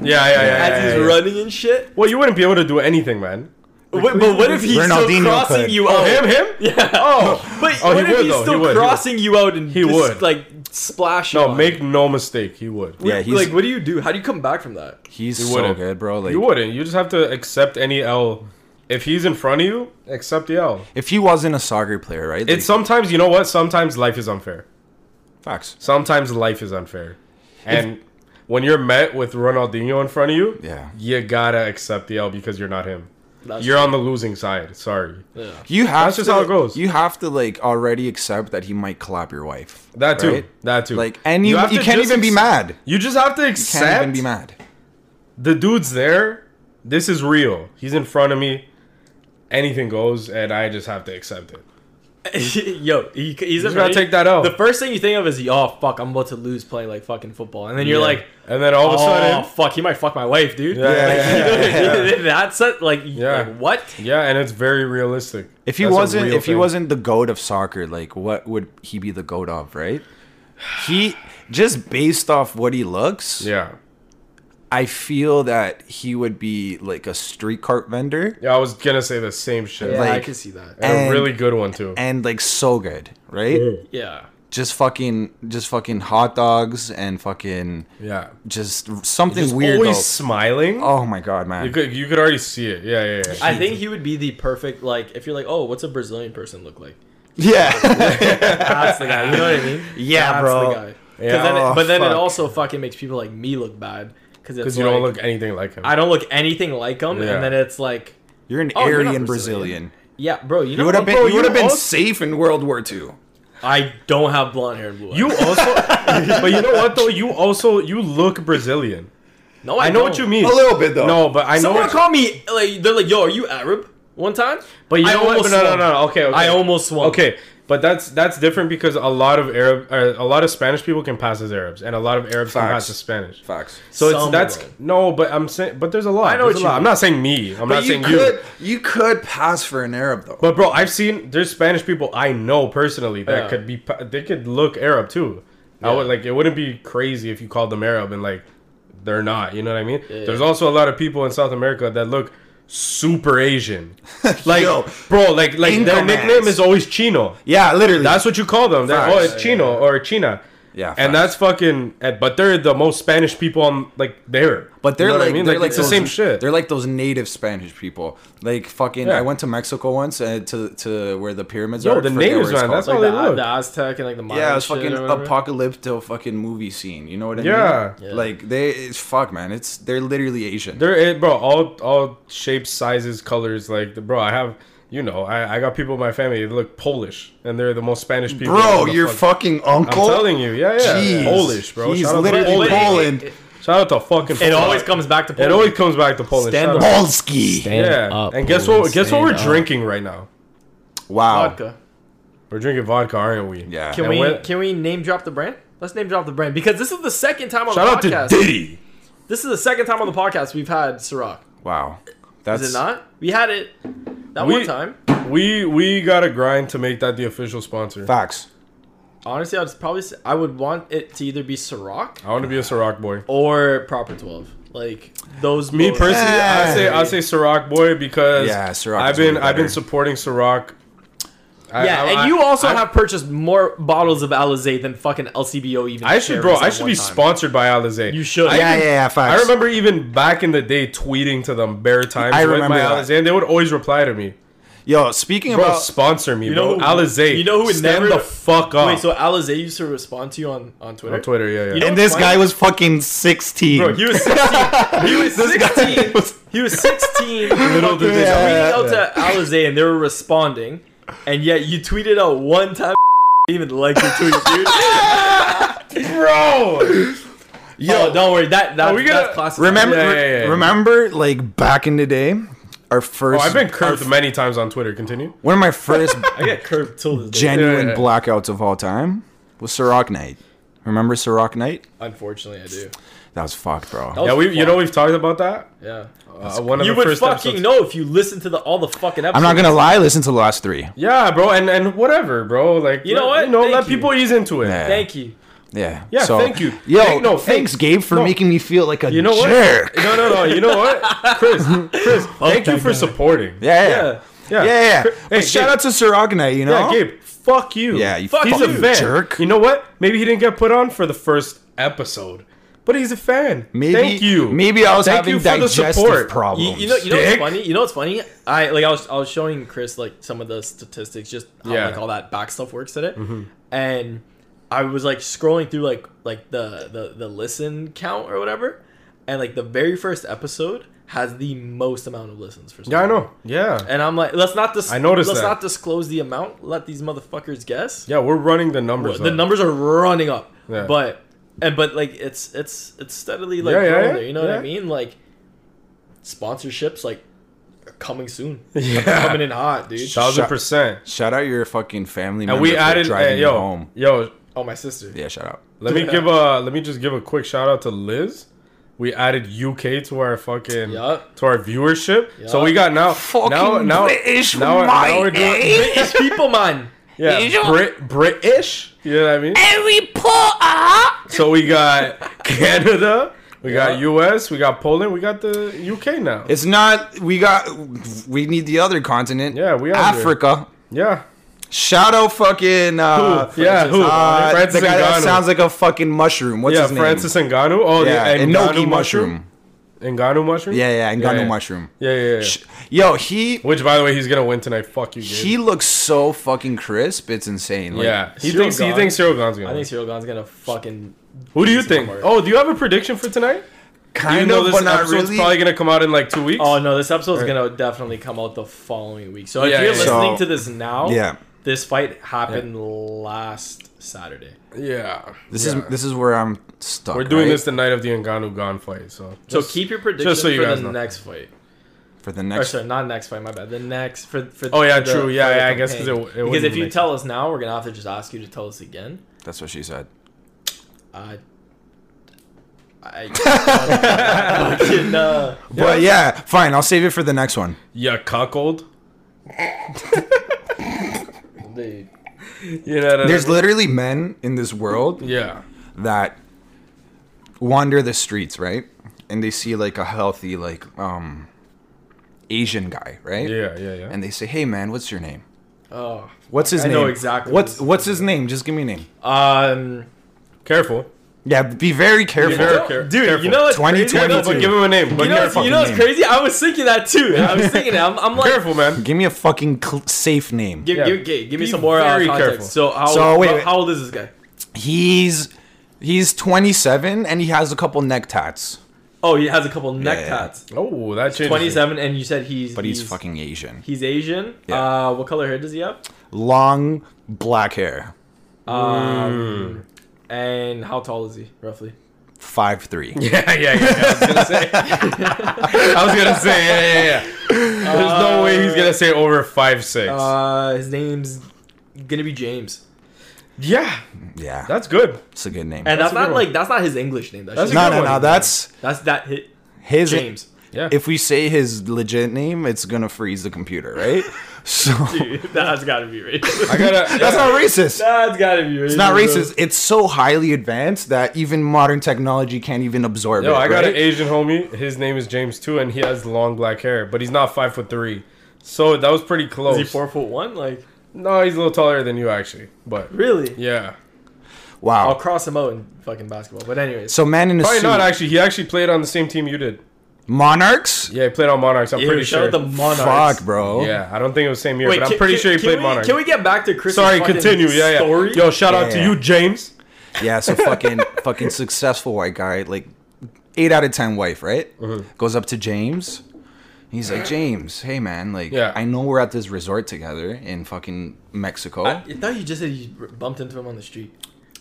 Yeah, yeah, yeah. yeah,
as
yeah,
he's
yeah.
running and shit.
Well, you wouldn't be able to do anything, man.
Wait, but what if he's
Ronaldinho
still crossing
could.
you
Oh,
out?
him, him.
Yeah.
Oh.
But
Oh, he
what if
would,
he's
though. He
still
would, he would.
crossing you out and
He
just,
would.
like splash? you
No,
on?
make no mistake, he would.
yeah, he's
like what do you do? How do you come back from that?
he's
You
so
wouldn't.
good, bro.
you
Like
wouldn't. You just have to accept any L. If he's in front of you, accept the L.
if he wasn't a soccer player, right?
It's sometimes you know what? Sometimes life is unfair.
like, facts.
Sometimes life is unfair, and when you're met with Ronaldinho in front of you,
Yeah.
you gotta accept the L because you're not him.
That's
you're on the losing side. Sorry,
Yeah.
You have
That's just
to-
how it goes.
You have to like already accept that he might collap your wife.
that too.
Right?
That too.
Like, and you,
have
you
to
can't
just
even be
accept-
mad.
You just have to
Can't even
accept
be mad.
the dude's there. This is real. He's in front of me. Anything goes, and I just have to accept it.
Yo, he, he's
just gotta take that out.
The first thing you think of is, oh fuck, I'm about to lose playing like fucking football, and then you're
Yeah.
like,
and then all
oh
of a sudden,
fuck, he might fuck my wife, dude.
Yeah, yeah, yeah,
That's it. Like,
Yeah.
like, what?
Yeah, and it's very realistic.
If he
That's a
wasn't,
real
if he
thing.
wasn't the goat of soccer, like what would he be the goat of? Right? He just based off what he looks.
yeah,
I feel that he would be like a street cart vendor
yeah, I was gonna say the same shit.
Yeah,
Like,
I
Like-
can see that.
and
and-
a really good one too.
and like so good, right?
Yeah,
Just fucking, just fucking hot dogs and fucking
yeah,
just something
Just
weird.
always
though.
smiling.
Oh my god,
You
man!
could you could already see it. Yeah, yeah, yeah.
I think he would be the perfect like if you're like, oh, what's a Brazilian person look like?
Yeah,
That's the guy. You know what I mean?
Yeah,
That's
bro.
The guy. 'Cause
Yeah.
then it-
Oh,
but then it
fuck.
also fucking makes people like me look bad. because it's
because you don't
like,
look anything like him.
I don't look anything like him,
Yeah.
and then it's like,
You're an
Oh, you're
Aryan
not
Brazilian.
Brazilian. yeah, bro, you, know
You would have
what,
been.
bro?
you would have been
also-
safe in World War II.
I don't have blonde hair and blue eyes.
you also, but you know what though? You also you look Brazilian.
no,
I know what
don't.
you mean.
A little bit though.
No, but I know.
Someone
what-
called me like they're like, "Yo, are you Arab?" One time,
But you
I
know what?
almost
No, no,
swung.
no, no. Okay, okay.
I almost swung.
Okay, but that's that's different because a lot of Arab, uh, a lot of Spanish people can pass as Arabs, and a lot of Arabs can
Facts.
pass as Spanish.
Facts.
So it's
Some
that's
would.
no, but I'm saying, but there's a lot. I
know
know
what
what
you
I'm
mean.
not saying me. I'm not
But you
saying you.
could. You could pass for an Arab though.
But bro, I've seen there's Spanish people I know personally that
Yeah.
could be pa- they could look Arab too. I
Yeah.
would like it wouldn't be crazy if you called them Arab and like they're not. You know what I mean?
Yeah,
There's
yeah.
also a lot of people in South America that look super Asian. Like
Yo.
bro, like like their
Incomans.
nickname is always Chino.
yeah, literally.
That's what you call them. They're, oh,
Facts.
it's Chino or China.
Yeah,
and
facts.
that's fucking. eh, But they're the most Spanish people on like there.
But they're
You know what
like, they're
like,
like
it's the
those-
same shit.
They're like those native Spanish people. Like fucking,
Yeah.
I went to Mexico once uh, to to where the pyramids
Yo,
are. I
the
forget
natives,
where it's
man,
called.
that's
like
how they
the,
look.
the Aztec and like the Mayan
yeah, it's
shit or
fucking
whatever.
apocalypto fucking movie scene. You know what I
Yeah.
mean?
Yeah.
Like they, it's fuck, man. It's they're literally Asian.
There, it, bro. All all shapes, sizes, colors. Like, the, bro, I have. You know, I, I got people in my family that look Polish, and they're the most Spanish people.
Bro,
in the
your
fuck-
fucking uncle.
I'm telling you, yeah, yeah,
Jeez.
Polish, bro.
He's
Shout out,
literally
to Poland.
Poland.
It,
Shout out to fucking.
it
Poland.
always comes back to
It
Poland.
always comes back to Poland.
Stand
Shout out.
up.
Polski.
Yeah, and guess what? Guess what? We're drinking right now.
Wow.
vodka.
We're drinking vodka, aren't we?
Yeah.
Can
And
we
what-
can we name drop the brand? Let's name drop the brand because this is the second time on
Shout out
the
to
podcast.
Diddy.
this is the second time on the podcast we've had Ciroc.
Wow. That's
Is it not? We had it that
We-
one time.
We we gotta grind to make that the official sponsor.
facts.
Honestly, I'd probably say, I would want it to either be Ciroc
I want to be a Ciroc boy.
or Proper Twelve. Like those.
Me
both.
personally, I
Yeah.
say I say Ciroc boy because
Yeah, Ciroc
I've
is
been
way
I've been
better.
supporting Ciroc. I-
Yeah,
I-
and
I-
you also
I-
have purchased more bottles of Alizé than fucking LCBO even.
I should, bro. I should be sponsored by Alizé.
You should.
I
Yeah,
even-
yeah, yeah, facts.
I remember even back in the day tweeting to them bare times.
I
with
remember
my
that.
Alizé, and they would always reply to me,
Yo, speaking
"Bro,
about
sponsor me,
know
bro.
who-
Alizé,
you know who would
stand
never-
the fuck up."
Wait, so Alizé used to respond to you on on Twitter?
on Twitter, yeah, yeah.
You know-
and this guy was fucking sixteen.
Bro, he was sixteen. he was
This guy
sixteen.
was-
He was sixteen. Little
did they
know.
Tweeting out to Alizé, and they were responding, and yet you tweeted out one time. didn't Even like your tweet, dude.
bro,
Yo, don't worry. That that
Are Oh, we gonna-
that's classic.
remember,
Yeah, yeah, yeah, yeah.
remember, like back in the day, our first.
oh, I've been curbed many times on Twitter. Continue.
one of my first
I get curved till this day.
genuine
Yeah, yeah.
blackouts of all time was Ciroc Night. Remember Ciroc Night?
Unfortunately, I do.
That was fucked, bro.
was
Yeah, we you
fun.
know we've talked about that.
Yeah.
Uh, one of
you
the
would
first
fucking
episodes.
know if you listen to the all the fucking episodes.
I'm not gonna lie. Listen to the last three.
Yeah, bro, and and whatever, bro. Like
You know
let-
what?
You know,
Thank
let
you.
people ease into it.
Yeah.
Thank you.
Yeah.
Yeah,
So,
thank you.
Yo,
Thank- no,
thanks,
thanks.
Gabe, for
No.
making me feel like a
You know what?
jerk.
No, no, no. You know what, Chris? Chris, thank you
that
for
guy.
supporting.
Yeah.
Yeah. Yeah.
Yeah.
Yeah. yeah.
Cr-
But
hey,
shout
Gabe.
out to Ciroc Night. You
Yeah,
know.
Gabe, fuck you.
Yeah, you
fuck He's
fuck
a
you,
fan.
jerk.
You know what? Maybe he didn't get put on for the first episode, but he's a fan.
Maybe.
Thank you.
Maybe I was
Thank
having
you for the
digestive
support.
You,
problems.
you know, you know what's
Dick.
funny? You know what's funny? I like I was I was showing Chris like some of the statistics, just how
Yeah. Mm-hmm.
like all that back stuff works today, and I was like scrolling through like like the, the the listen count or whatever, and like the very first episode has the most amount of listens for. some
Yeah, I
reason.
know. Yeah.
And I'm like, let's not dis-
I noticed
let's
that.
not disclose the amount. Let these motherfuckers guess.
Yeah, we're running the numbers.
the
up.
numbers are running up.
Yeah.
But and but like it's it's it's steadily like
Yeah, yeah,
growing
yeah,
there. You know what I
yeah.
mean? Like sponsorships like are coming soon.
Yeah.
coming in hot, dude.
thousand percent.
Shout out your fucking family.
And we
member for
added,
driving
uh,
you
yo,
home.
yo.
oh, my sister.
Yeah. Shout out.
Let me give a. Let me just give a quick shout out to Liz. We added UK to our fucking
Yup.
to our viewership. So
Yup.
we got now
Fucking
now now
British, eh?
now,
my
now we're doing
British people, man.
yeah Brit British. You know what I mean?
Harry Potter.
So we got Canada, we got US, we got Poland, we got the UK now.
It's not. We got. We need the other continent.
Yeah, we are there.
Africa.
yeah.
Shout out fucking. Uh,
Who? Yeah, who?
Uh,
Francis
the guy that
Ngannou.
sounds like a fucking mushroom. What's
Yeah,
his name?
Francis Ngannou. Oh,
Yeah,
yeah, and
Inoki
Ngannou mushroom.
mushroom.
Ngannou mushroom.
Yeah, yeah, and got
yeah.
no mushroom.
yeah, yeah. yeah.
Sh- Yo, he
Which, by the way, he's gonna win tonight. Fuck you, Gabe.
he looks so fucking crisp. It's insane. Like,
yeah, he
Cyril
thinks he
Gane.
thinks Cyril Gane's gonna.
I
win.
think Cyril Gan's gonna fucking
Who do you
he's gonna
think?
work.
Oh, do you have a prediction for tonight? Even
Kind
though
of,
this
but not
episode's
really.
probably gonna come out in like two weeks.
Oh no, this episode's gonna definitely come out the following week. So if
Yeah,
you're
yeah,
yeah.
listening
So-
to this now,
Yeah.
this fight happened last Saturday.
yeah.
This
Yeah.
is this is where I'm stuck.
We're doing
right?
this the night of the Ngannou Gon fight. So
So
Just-
keep your prediction
so you
for
guys
the
know.
next fight.
for the
Or
next.
sorry, not next fight. My bad. The next for for.
Oh, yeah,
for the-
true. Yeah,
for the
yeah, I guess 'cause it
campaign.
w- it
because
wouldn't
if you
make
tell us now, we're gonna have to just ask you to tell us again.
That's what she said.
Uh, I fucking uh,
But yeah, fine. I'll save it for the next one.
yeah, cuckold.
dude.
You know what I
There's
mean?
literally men in this world
yeah,
that wander the streets, right? And they see like a healthy like um Asian guy, right?
yeah, yeah, yeah.
And they say, "Hey man, what's your name?
Oh,
What's his
I
name?
know exactly
What's
who
what's his name? Just give me a name."
um,
Careful.
Yeah, be very careful.
Very
don't-
care-
dude,
careful.
you know what's crazy?
2022.
No, but give him a name. But
You know,
careful.
what's- you know what's
name.
crazy? I was thinking that too. I was thinking it. I'm, I'm like,
careful, man.
Give me a fucking cl- safe name.
Give,
Yeah.
give, give, give me
Be
some more uh,
very
context.
careful.
So, how,
So,
old-
wait,
how-
wait.
how old is this guy?
He's he's 27 and he has a couple neck tats,
Oh, he has a couple neck
Yeah.
tats.
Oh, that changed.
27, and you said he's
but he's, fucking Asian.
he's Asian.
Yeah.
Uh, what color hair does he have?
Long black hair,
Um, and how tall is he roughly?
five three.
Yeah, yeah, yeah. I was gonna say. I was gonna say. Yeah, yeah, yeah. There's no way he's gonna say over five six.
Uh, his name's gonna be James,
yeah,
Yeah, that's
that's good.
a good name.
and
That's
that's,
a good
not
one.
like that's not his English name. That's
That's
that's,
a
no,
good
no,
one.
no. That's
that's that hit
his.
James.
Yeah.
If we say his legit name, it's gonna freeze the computer, right? So
Dude, that's gotta be racist.
I gotta.
that's
yeah.
not racist.
that's gotta be racist.
It's not racist. It's so highly advanced that even modern technology can't even absorb
Yo,
it.
I got
right?
an Asian homie. His name is James too, and he has long black hair, but he's not five foot three. So that was pretty
Is
close.
he four foot one? Like
No, he's a little taller than you actually, but
really?
yeah,
Wow.
I'll cross him out in fucking basketball. But anyways,
So man in a
probably
suit.
not actually. He actually played on the same team you did.
Monarchs.
Yeah, he played on Monarchs. I'm
Ew,
pretty
shout
sure.
out the Monarchs.
Fuck, bro.
yeah, I don't think it was same year, but I'm
can-
pretty
can-
sure he
can
played
we-
Monarchs.
Can we get back to Chris?
Sorry, continue. Yeah, yeah.
Story?
Yo, shout out to
Yeah.
you, James.
Yeah, so fucking fucking successful white guy, like eight out of ten wife, right?
Mm-hmm.
Goes up to James. He's like, James, hey man, like
Yeah.
I know we're at this resort together in fucking Mexico.
I I thought you just said you bumped into him on the street.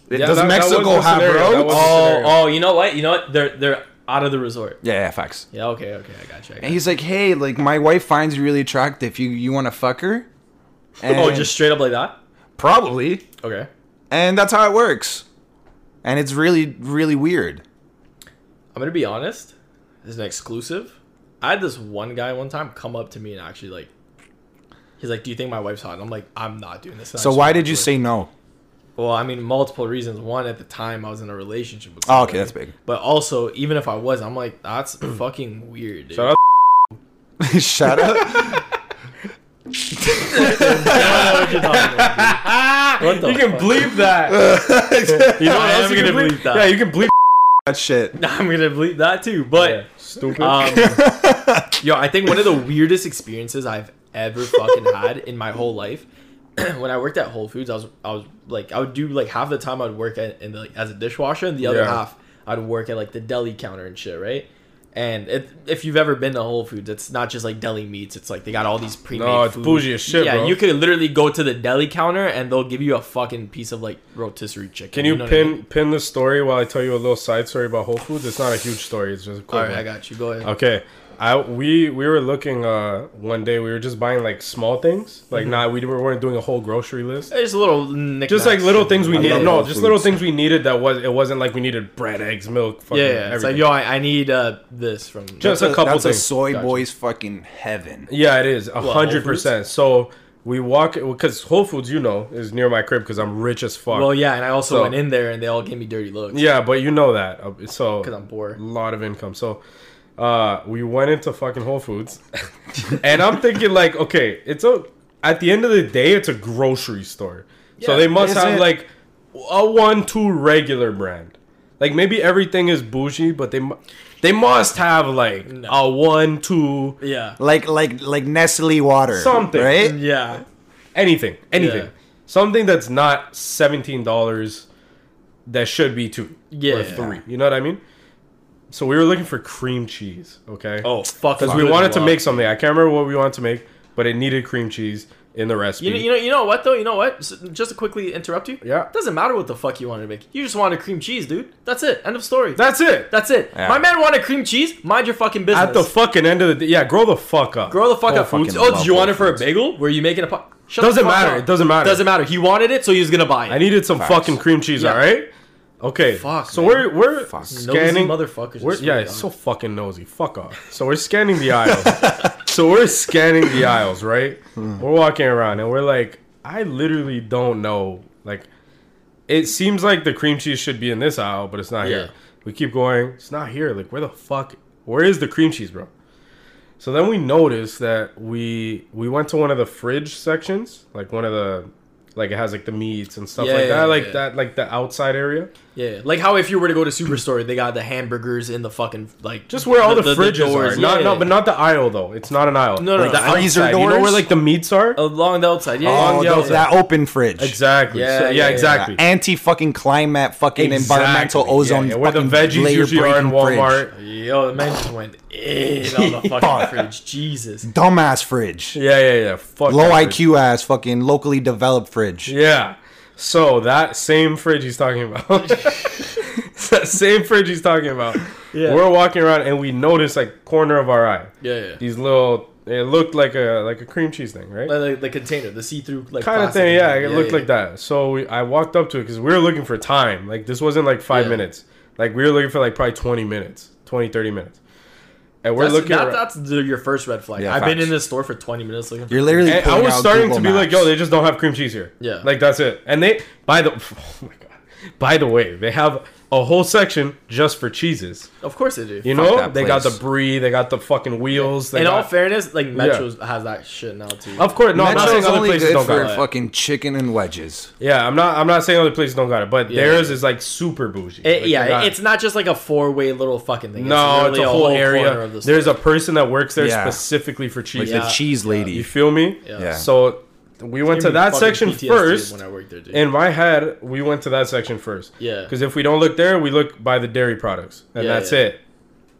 It-
Yeah,
Does
that- that was
Mexico
the
have
scenario, that was
roads?
the
Oh.
scenario.
Oh, you know what? You know what? They're they're out of the resort.
Yeah, yeah, facts.
Yeah. Okay. Okay. I got you. I got
And
you.
he's like, Hey, like my wife finds you really attractive. You you wanna fuck her? And
Oh, just straight up like that.
probably.
Okay.
And that's how it works. And it's really, really weird.
I'm gonna be honest. This is an exclusive. I had this one guy one time come up to me and actually like, he's like, "Do you think my wife's hot?" And I'm like, "I'm not doing this." And I
So
just
why
walked
did you
away.
say no?
Well, I mean, multiple reasons. One, at the time, I was in a relationship with.
Oh, okay, that's big.
But also, even if I was, I'm like, that's fucking weird. Dude.
Shout out
Shut up.
what you're talking about, dude. What the
You can
fuck?
bleep that. you know what
I
else
am
you can
gonna
bleep?
bleep that.
Yeah, you can bleep
that shit.
I'm gonna bleep that too. But
Stupid.
um, yo, I think one of the weirdest experiences I've ever fucking had in my whole life. when I worked at Whole Foods, I was I was like I would do like half the time I'd work at, in the, like, as a dishwasher, and the other
Yeah.
half I'd work at like the deli counter and shit, right? And if if you've ever been to Whole Foods, it's not just like deli meats. It's like they got all these pre-made.
No, it's
food.
bougie as shit,
Yeah,
bro.
you could literally go to the deli counter and they'll give you a fucking piece of like rotisserie chicken.
can you
know what I
pin
mean?
pin the story while I tell you a little side story about Whole Foods? It's not a huge story. It's just a quick
All right,
one.
I got you. Go ahead.
Okay. I we we were looking uh one day we were just buying like small things like nah we were- weren't doing a whole grocery list
It's a little knick
just like little things we
I
needed
love
no
Whole
just little
Foods.
things we needed that was it wasn't like we needed bread eggs milk fucking
Yeah, yeah. It's like,
everything.
yo, I, I need uh, this from.
just a couple
That's a
things
soy
Gotcha.
boy's fucking heaven.
Yeah, it is a
Whole
hundred percent. So we walk because Whole Foods, you know, is near my crib because I'm rich as fuck.
well, yeah, and I also
So-
went in there and they all gave me dirty looks.
yeah, but you know that. Uh, So
because I'm
a
poor.
lot of income. So uh, we went into fucking Whole Foods, and I'm thinking like, okay, it's a. At the end of the day, it's a grocery store, so
Yeah,
they must
is
have
it?
like a one two regular brand. Like maybe everything is bougie, but they mu- they must have like
No.
a one two
Yeah,
Like like like Nestle water.
Something.
Right?
yeah.
anything, anything,
Yeah.
something that's not seventeen dollars that should be two
Yeah.
or three. You know what I mean? So we were looking for cream cheese, okay?
Oh fuck!
because we wanted to make something. I can't remember what we wanted to make, but it needed cream cheese in the recipe.
You know, you know, you know what though? You know what? S just to quickly interrupt you.
Yeah.
Doesn't matter what the fuck you wanted to make. You just wanted cream cheese, dude. That's it. End of story.
That's it.
That's it.
Yeah.
My man wanted cream cheese. Mind your fucking business.
At the fucking end of the day, yeah, grow the fuck up.
Grow the fuck
Whole
up. Foods.
fucking
Oh, did you
love
want it for a
Whole
bagel? Were you making a pot? Shut
Doesn't
the fuck
matter.
up.
It doesn't matter.
Doesn't matter. He wanted it, so he was gonna buy it.
I needed some
Facts.
fucking cream cheese.
Yeah.
All right. Okay.
Fuck,
So
man.
we're we're
Fuck. Nosy
scanning
motherfuckers, I
We're,
swear
yeah,
to
it's
God.
so fucking nosy. Fuck off. So we're scanning the aisles. so we're scanning the aisles, right? We're walking around and we're like, I literally don't know. Like, it seems like the cream cheese should be in this aisle, but it's not
Yeah.
here. We keep going. It's not here. Like, where the fuck? Where is the cream cheese, bro? So then we noticed that we we went to one of the fridge sections, like one of the like it has like the meats and stuff
Yeah,
like
yeah,
that, like
yeah.
that like the outside area.
yeah, like how if you were to go to Superstore, they got the hamburgers in the fucking like
Just where all the, fridges
doors.
are. Not
Yeah.
no, but not the aisle though. It's not an aisle.
No, no,
like
no. Oh,
the
Freezer
outside. You know where
doors?
like the meats are?
along the outside. Yeah,
Oh,
on
yeah,
the
yeah,
outside.
yeah.
that open fridge.
Exactly.
Yeah,
So-
yeah,
yeah,
yeah.
exactly.
Anti fucking climate fucking
Exactly.
environmental
Yeah,
ozone.
yeah, where the
fucking
veggies
layer
usually are in
breaking fridge.
Walmart.
Yo, the man just went in on the fucking
Fuck.
fridge. Jesus.
Dumbass fridge.
Yeah, yeah, yeah. Fuck
Low
that fridge.
IQ ass fucking locally developed fridge.
Yeah. So that same fridge he's talking about. It's that same fridge he's talking about.
Yeah.
We're walking around and we notice like corner of our eye.
Yeah, yeah.
These little it looked like a like a cream cheese thing, right?
Like, like the container, the see-through like
kind of
plastic
thing. Yeah,
container.
it looked like that. So we, I walked up to it because we were looking for time. Like this wasn't like five
Yeah.
minutes. Like we were looking for like probably 20 minutes, 20, 30 minutes. And we're
That's,
looking.
that-
around.
that's the, your first red flag.
Yeah,
I've been
facts.
in this store for 20 minutes looking. For
You're literally.
And I
pulling
was
out
starting
Google
to be like,
Maps.
yo, they just don't have cream cheese here.
Yeah.
like that's it. And they by the oh my god. By the way, they have a whole section just for cheeses.
Of course they do.
You
Fuck
know,
that
they got the
place.
brie, they got the fucking wheels. They
in all
got,
fairness, like Metro's has that shit now too.
of course, no, I'm not
Metro's
saying other
only
places
good
don't
for
got it.
fucking chicken and wedges.
Yeah, I'm not. I'm not saying other places don't got it, but
Yeah.
theirs is like super bougie.
It-
Like, they
yeah,
got-
it's not just like a four-way little fucking thing.
No, it's
literally
a whole,
corner
area.
of the
There's
store.
a person that works there
Yeah.
specifically for cheese.
Like
Yeah.
the cheese lady.
You feel me?
Yeah.
So we went to
Gave me
that
fucking
section
PTSD
first.
When I worked there, dude.
In my head, we went to that section first.
Yeah.
Because if we don't look there, we look by the dairy products, and
Yeah,
that's
yeah.
it.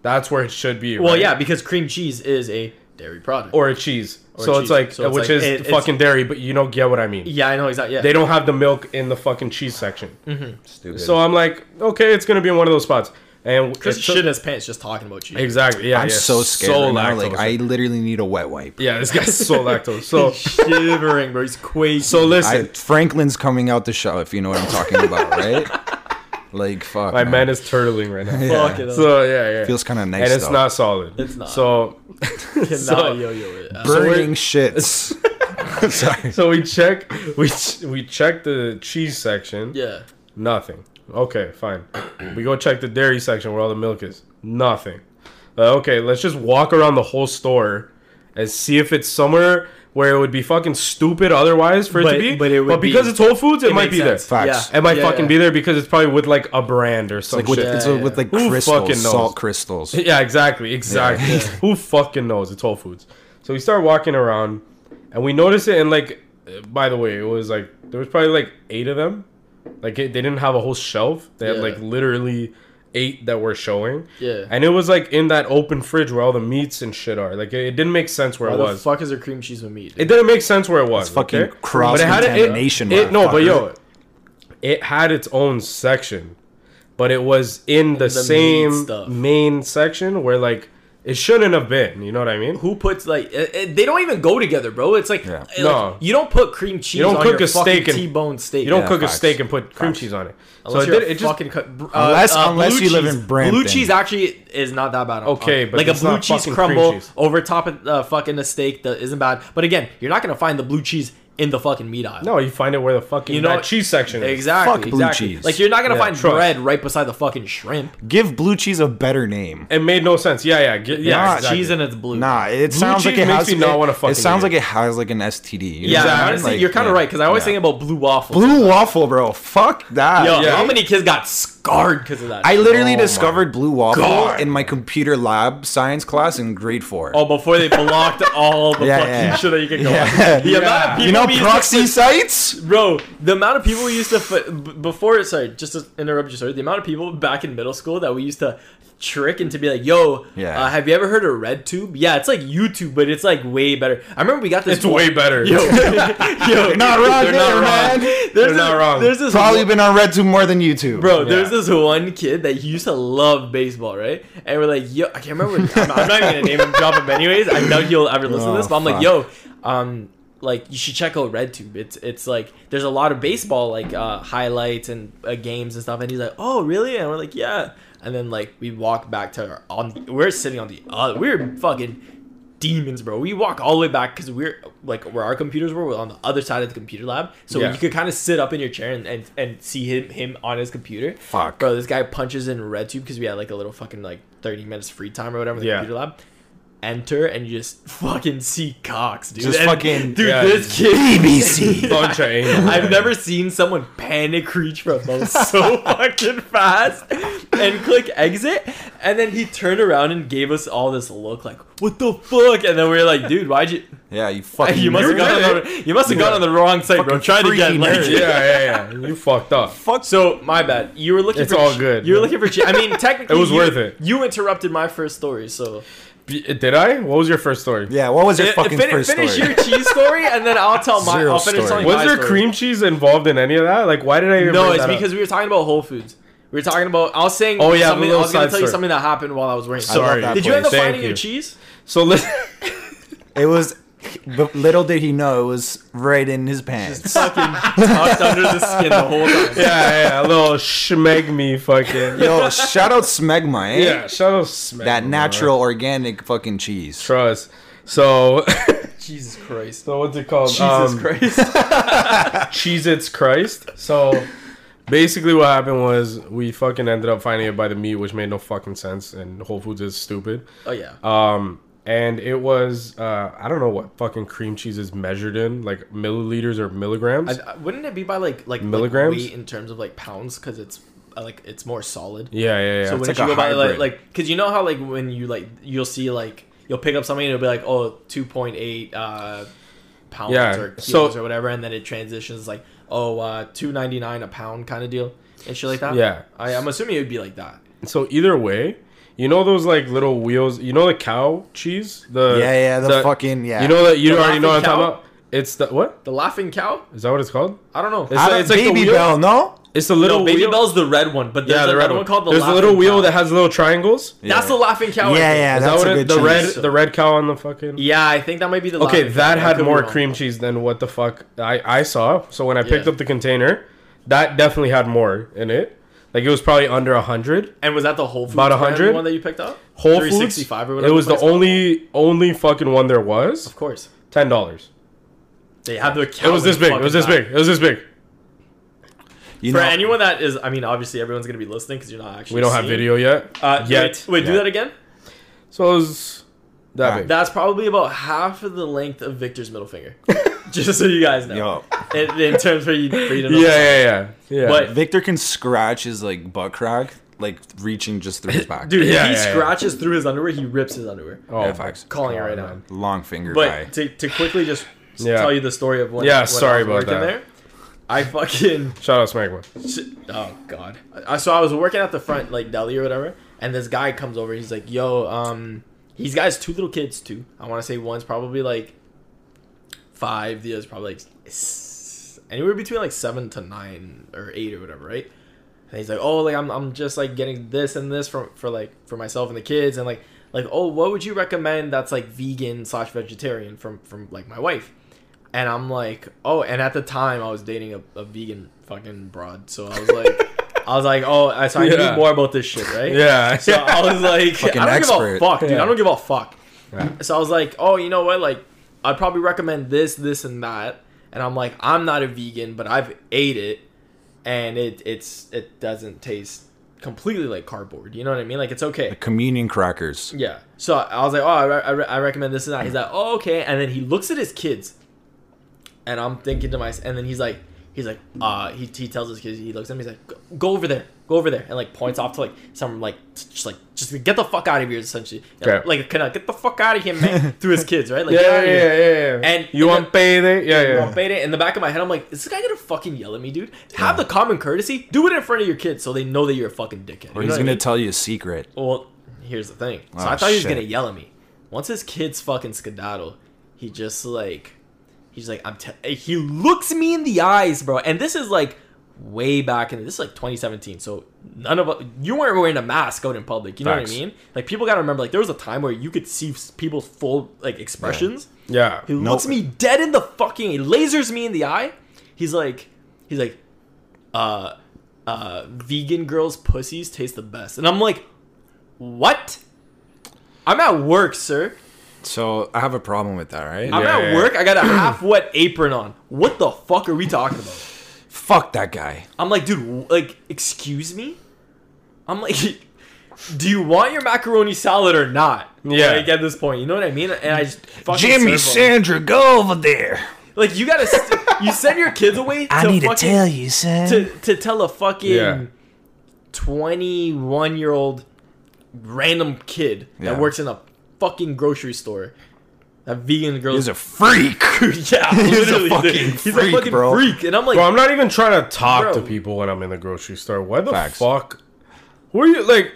That's where it should be.
well,
right?
yeah, because cream cheese is a dairy product.
Or a cheese.
Or
so
a
it's
cheese.
like,
So it's
which
like,
is
it- it's-
fucking dairy, but you don't get what I mean.
yeah, I know exactly. Yeah,
They don't have the milk in the fucking cheese section.
Mm-hmm. Stupid.
So I'm like, okay, it's gonna be in one of those spots. And it
Chris
took-
shit in his pants just talking about cheese.
Exactly. Yeah.
I'm
yeah.
so scared. right now,
lactose.
Like I literally need a wet wipe.
Yeah, this guy's so lactose. So
shivering, bro. He's quaking.
so
I,
listen,
Franklin's coming out the show if you know what I'm talking about, right? Like fuck.
my
man.
man is turtling right now.
Yeah.
fucking
So yeah, yeah.
Feels kinda nice,
And it's
though.
not solid.
It's not.
So
cannot yo yo it. Uh,
burning shits. Sorry.
so we check we ch- we check the cheese section.
yeah,
Nothing. Okay, fine. we go check the dairy section where all the milk is. Nothing. Uh, okay, let's just walk around the whole store and see if it's somewhere where it would be fucking stupid otherwise for it
But-
to be.
but it would
but because
be-
it's Whole Foods, it, might
makes
be there.
sense.
Facts.
It might
Yeah,
fucking
yeah.
be there because it's probably with like a brand or some
Like with,
shit.
it's
Yeah,
with like
yeah. Who fucking
crystals,
knows?
salt crystals.
Yeah, exactly, exactly. Who fucking knows? It's Whole Foods. So we start walking around, and we notice it. And like, uh, by the way, it was like there was probably like eight of them. Like it, they didn't have a whole shelf. They had
Yeah.
like literally eight that were showing.
Yeah.
and it was like in that open fridge where all the meats and shit are. Like it, it didn't make sense where
why
it
the
was.
fuck is there cream cheese with meat?
it
dude?
didn't make sense where it was.
fucking
okay?
cross
But it had it- it-
contamination,
It, no, but
motherfucker.
yo, it had its own section, but it was in the,
the meat
same
stuff.
main section where like it shouldn't have been. You know what I mean?
Who puts like it, it- they don't even go together, bro? It's like,
Yeah.
like,
No.
you don't put cream cheese.
don't
on
cook
your
a steak and-
T-bone steak.
You don't
Yeah,
cook
facts.
a steak and put cream
Facts.
cheese on it. so
Unless
it
you're
did.
a
It just
fucking cut- br- uh,
Unless-
uh,
unless
blue
you live
cheese-
in Brampton.
Blue cheese actually is not that bad. on-
Okay,
on-
but
like a
it's
blue
not
cheese
fucking cream
crumble
cheese.
over top of uh, fucking a steak that isn't bad. But again, you're not gonna find the blue cheese in the fucking meat aisle.
no, you find it where the fucking
You know
that
what?
cheese section is.
exactly.
Fuck blue
exactly.
cheese.
Like you're not gonna
Yeah,
find
trust.
bread right beside the fucking shrimp.
Give blue cheese a better name.
It made no sense. Yeah, yeah, ge- yeah.
Nah,
exactly.
Cheese and it's blue.
Nah, it
Blue
sounds like
cheese
it
makes
has.
me not
it-
wanna
It
fucking
sounds
eat
like it has like an STD. you know
Yeah,
what I mean?
honestly,
Like,
you're kind of
yeah,
'cause right because I always
yeah.
think about blue waffles.
Blue waffle, bro. Fuck that.
Yo,
Yeah. Oh
how many kids got scarred because of that?
I
shit?
literally
my
discovered blue waffle
God.
in my computer lab science class in grade four.
Oh, before they blocked all the
Yeah,
fucking
yeah.
shit that you could go
Yeah.
on. The
Yeah.
amount of people
you know on
we used to
proxy
put-
sites?
Bro, the amount of people we used to fi- b- before sorry, just to interrupt you, sorry. The amount of people back in middle school that we used to trick into be like, "Yo,
Yeah.
uh, have you ever heard of RedTube? Yeah, it's like YouTube, but it's like way better." I remember we got this.
It's way better.
Yo, yo,
Not wrong
They're
there,
not wrong.
man.
There's
They're
this-
not wrong.
There's this
Probably
one-
been on RedTube more than YouTube.
Bro, there's
Yeah.
this one kid that used to love baseball, right? And we're like, yo, I can't remember. I'm, I'm not even gonna name him, drop him anyways. I doubt he'll ever listen
Oh,
to this, but I'm like,
fuck.
yo, um, like you should check out RedTube. It's it's like there's a lot of baseball like uh, highlights and uh, games and stuff. And he's like, oh really? And we're like, yeah. And then like we walk back to our on. We're sitting on the other. We're fucking demons, bro. We walk all the way back because we're like where our computers were, we're on the other side of the computer lab, so
Yeah.
you could kind of sit up in your chair and, and, and see him him on his computer.
Fuck.
bro, this guy punches in RedTube because we had like a little fucking like thirty minutes free time or whatever in the
Yeah.
computer lab. Enter and you just fucking see cocks, dude.
Just
And-
fucking-
dude.
Yeah.
This kid.
BBC.
Bunch of anal.
I've never seen someone panic reach for a phone so fucking fast and click exit. And then he turned around and gave us all this look like, what the fuck? And then we were like, dude, why'd you.
yeah, you fucking.
You must have gone, on the, you must have gone on the wrong site, bro.
Fucking
Try to get
freaky
like,
yeah, yeah, yeah. You fucked up.
Fuck.
So my bad. You were looking.
It's
for
all
che-
good.
You were looking for. Che- I mean, technically,
It was
you-
worth it.
You interrupted my first story, so
B- Did I? What was your first story?
Yeah, what was your
Uh,
fucking
fin-
first
finish
story?
your cheese story, and then I'll tell my.
Zero
I'll finish
story.
telling my
Was there
story.
cream cheese involved in any of that? Like, why did I even
No,
bring
it's
that up?
because we were talking about Whole Foods. We were talking about. I was saying.
Oh, yeah,
something,
the
I
little
was gonna
side
tell you
story.
something that happened while I was wearing.
love
Sorry.
that
Did you end up
Thank
finding
you.
your cheese?
So listen.
It was. But little did he know, it was right in his pants.
Fucking tucked under the skin the whole time.
yeah, yeah, a little schmeg me fucking.
Yo, shout out Smegma, eh?
Yeah, shout out Smegma,
That
bro.
natural, organic fucking cheese.
trust. So,
Jesus Christ.
so what's it called? Um,
Jesus Christ.
Cheese It's Christ. So, basically, what happened was we fucking ended up finding it by the meat, which made no fucking sense, and Whole Foods is stupid.
Oh yeah.
Um, and it was uh, I don't know what fucking cream cheese is measured in, like milliliters or milligrams.
I- I- wouldn't it be by like like like
Milligrams?
weight in terms of like pounds because it's uh, like it's more solid.
yeah, yeah, yeah.
so
it's
wouldn't
like
you
a
go by like
hybrid.
like because you know how like when you like you'll see like you'll pick up something and it'll be like oh 2.8 uh, pounds
Yeah,
or kilos
so-
or whatever and then it transitions like oh uh, 2.99 a pound kind of deal and shit like that.
Yeah.
I, I'm assuming it would be like that.
So either way, you know those like little wheels. You know the cow cheese. The
Yeah, yeah, the fucking- yeah.
You know that you
The
already know what I'm
laughing
talking
cow?
about. It's the what
The laughing cow?
is that what it's called?
I don't know.
It's
I
like-
don't-
it's like the
Baby
wheel-
Bell, no?
It's the little
no, baby
wheel.
bell's the red one, but there's
yeah, the red
another
one.
one called the.
There's a little
Laughing
wheel
Cow.
that has little triangles. Is
That's the laughing cow. I
Yeah,
think.
yeah,
that
that's
what
a
it,
good
the
cheese.
red the red cow on the fucking?
Yeah, I think that might be the.
Okay,
lottery.
that
I
had
could be
more
wrong.
cream cheese than what the fuck I, I saw. So when I picked
Yeah.
up the container, that definitely had more in it. Like it was probably under a hundred.
And was that the Whole Foods
About
brand,
100?
the one that you picked up?
Whole Foods.
365 or whatever.
It was the
place called.
only only fucking one there was.
Of course,
Ten dollars.
they have their.
It was this big. It was this big. It was this big.
You
For
know,
anyone that is, I mean, obviously everyone's gonna be listening because you're not actually.
We don't have
seeing.
video yet.
uh,
yet.
Wait, wait, do
Yeah.
that again.
So it was that big.
That's probably about half of the length of Victor's middle finger. Just so you guys know,
Yo,
in, in terms for you, for you to know.
yeah, yeah, yeah, yeah.
But-
Victor can scratch his like butt crack, like reaching just through his back.
dude,
Yeah,
if he
yeah, yeah.
scratches through his underwear, he rips his underwear.
oh,
Yeah,
my
facts.
Calling it right
God,
now.
man.
long finger guy.
But to, to quickly just s-
Yeah.
tell you the story of when
Yeah,
when I was
sorry about
working
that.
There, I fucking
Shout out Smegma.
Oh God! I, so I was working at the front like deli or whatever, and this guy comes over. He's like, "Yo, um, he's got his two little kids too. I want to say one's probably like five, the other's probably like s- anywhere between like seven to nine or eight or whatever, right?" And he's like, "Oh, like I'm, I'm just like getting this and this for for like for myself and the kids, and like like oh, what would you recommend that's like vegan slash vegetarian from from like my wife?" And I'm like, oh, and at the time I was dating a, a vegan fucking broad, so I was like, I was like, oh, I so I
Yeah.
knew more about this shit, right?
Yeah.
So I was like,
Fucking
I don't
expert.
give a fuck, dude.
Yeah.
I don't give a fuck.
Yeah.
So I was like, oh, you know what? Like, I'd probably recommend this, this, and that. And I'm like, I'm not a vegan, but I've ate it, and it it's it doesn't taste completely like cardboard. You know what I mean? Like it's okay.
Communion crackers.
Yeah. So I was like, oh, I, re- I, re- I recommend this and that. He's like, oh, okay. And then he looks at his kids, and I'm thinking to myself, and then he's like, He's like, uh, he, he tells his kids, he looks at him, he's like, go, go over there, go over there, and like points off to like some like just like just get the fuck out of here essentially,
Okay.
like can I get the fuck out of here, man, through his kids, right? Like,
Yeah,
"Get
yeah,
outta here."
yeah, yeah.
And-
you
and
want pay there? Yeah, yeah.
Well, beta, in the back of my head, I'm like, is this guy gonna fucking yell at me, dude? Have the common courtesy. Do it in front of your kids so they know that you're a fucking dickhead.
Or
You know
he's
what I
gonna
mean?
tell you a secret.
Well, here's the thing. So
Oh,
I thought he was
shit.
gonna yell at me. Once his kids fucking skedaddle, he just like, he's like, I'm. Te- eh, he looks me in the eyes, bro. And this is like way back in this is like 2017. So none of u- you weren't wearing a mask out in public. You know
Facts.
what I mean? Like people gotta remember, like there was a time where you could see s- people's full like expressions.
yeah.
He looks me dead in the fucking. He lasers me in the eye. He's like, he's like, uh, uh, vegan girls' pussies taste the best, and I'm like, what? I'm at work, sir.
So I have a problem with that, right?
I'm
Yeah,
at
yeah, yeah.
work. I got a half wet apron on. What the fuck are we talking about?
Fuck that guy.
I'm like, dude, w- like, excuse me? I'm like, do you want your macaroni salad or not?
Yeah.
Like, at this point, you know what I mean? And I just fucking
Jimmy
serve 'em.
Sandra, go over there.
Like, you gotta, st- you send your kids away.
I need to
fucking-
tell you, son.
to to tell
Yeah.
a fucking twenty one year old random kid
Yeah.
that works in a fucking grocery store that vegan girl
he's a freak.
yeah literally,
fucking
dude. he's
freak,
a fucking
bro.
freak and I'm like
Bro, I'm not even trying to talk
Bro.
to people when I'm in the grocery store. Why the
Facts.
fuck? Who are you like?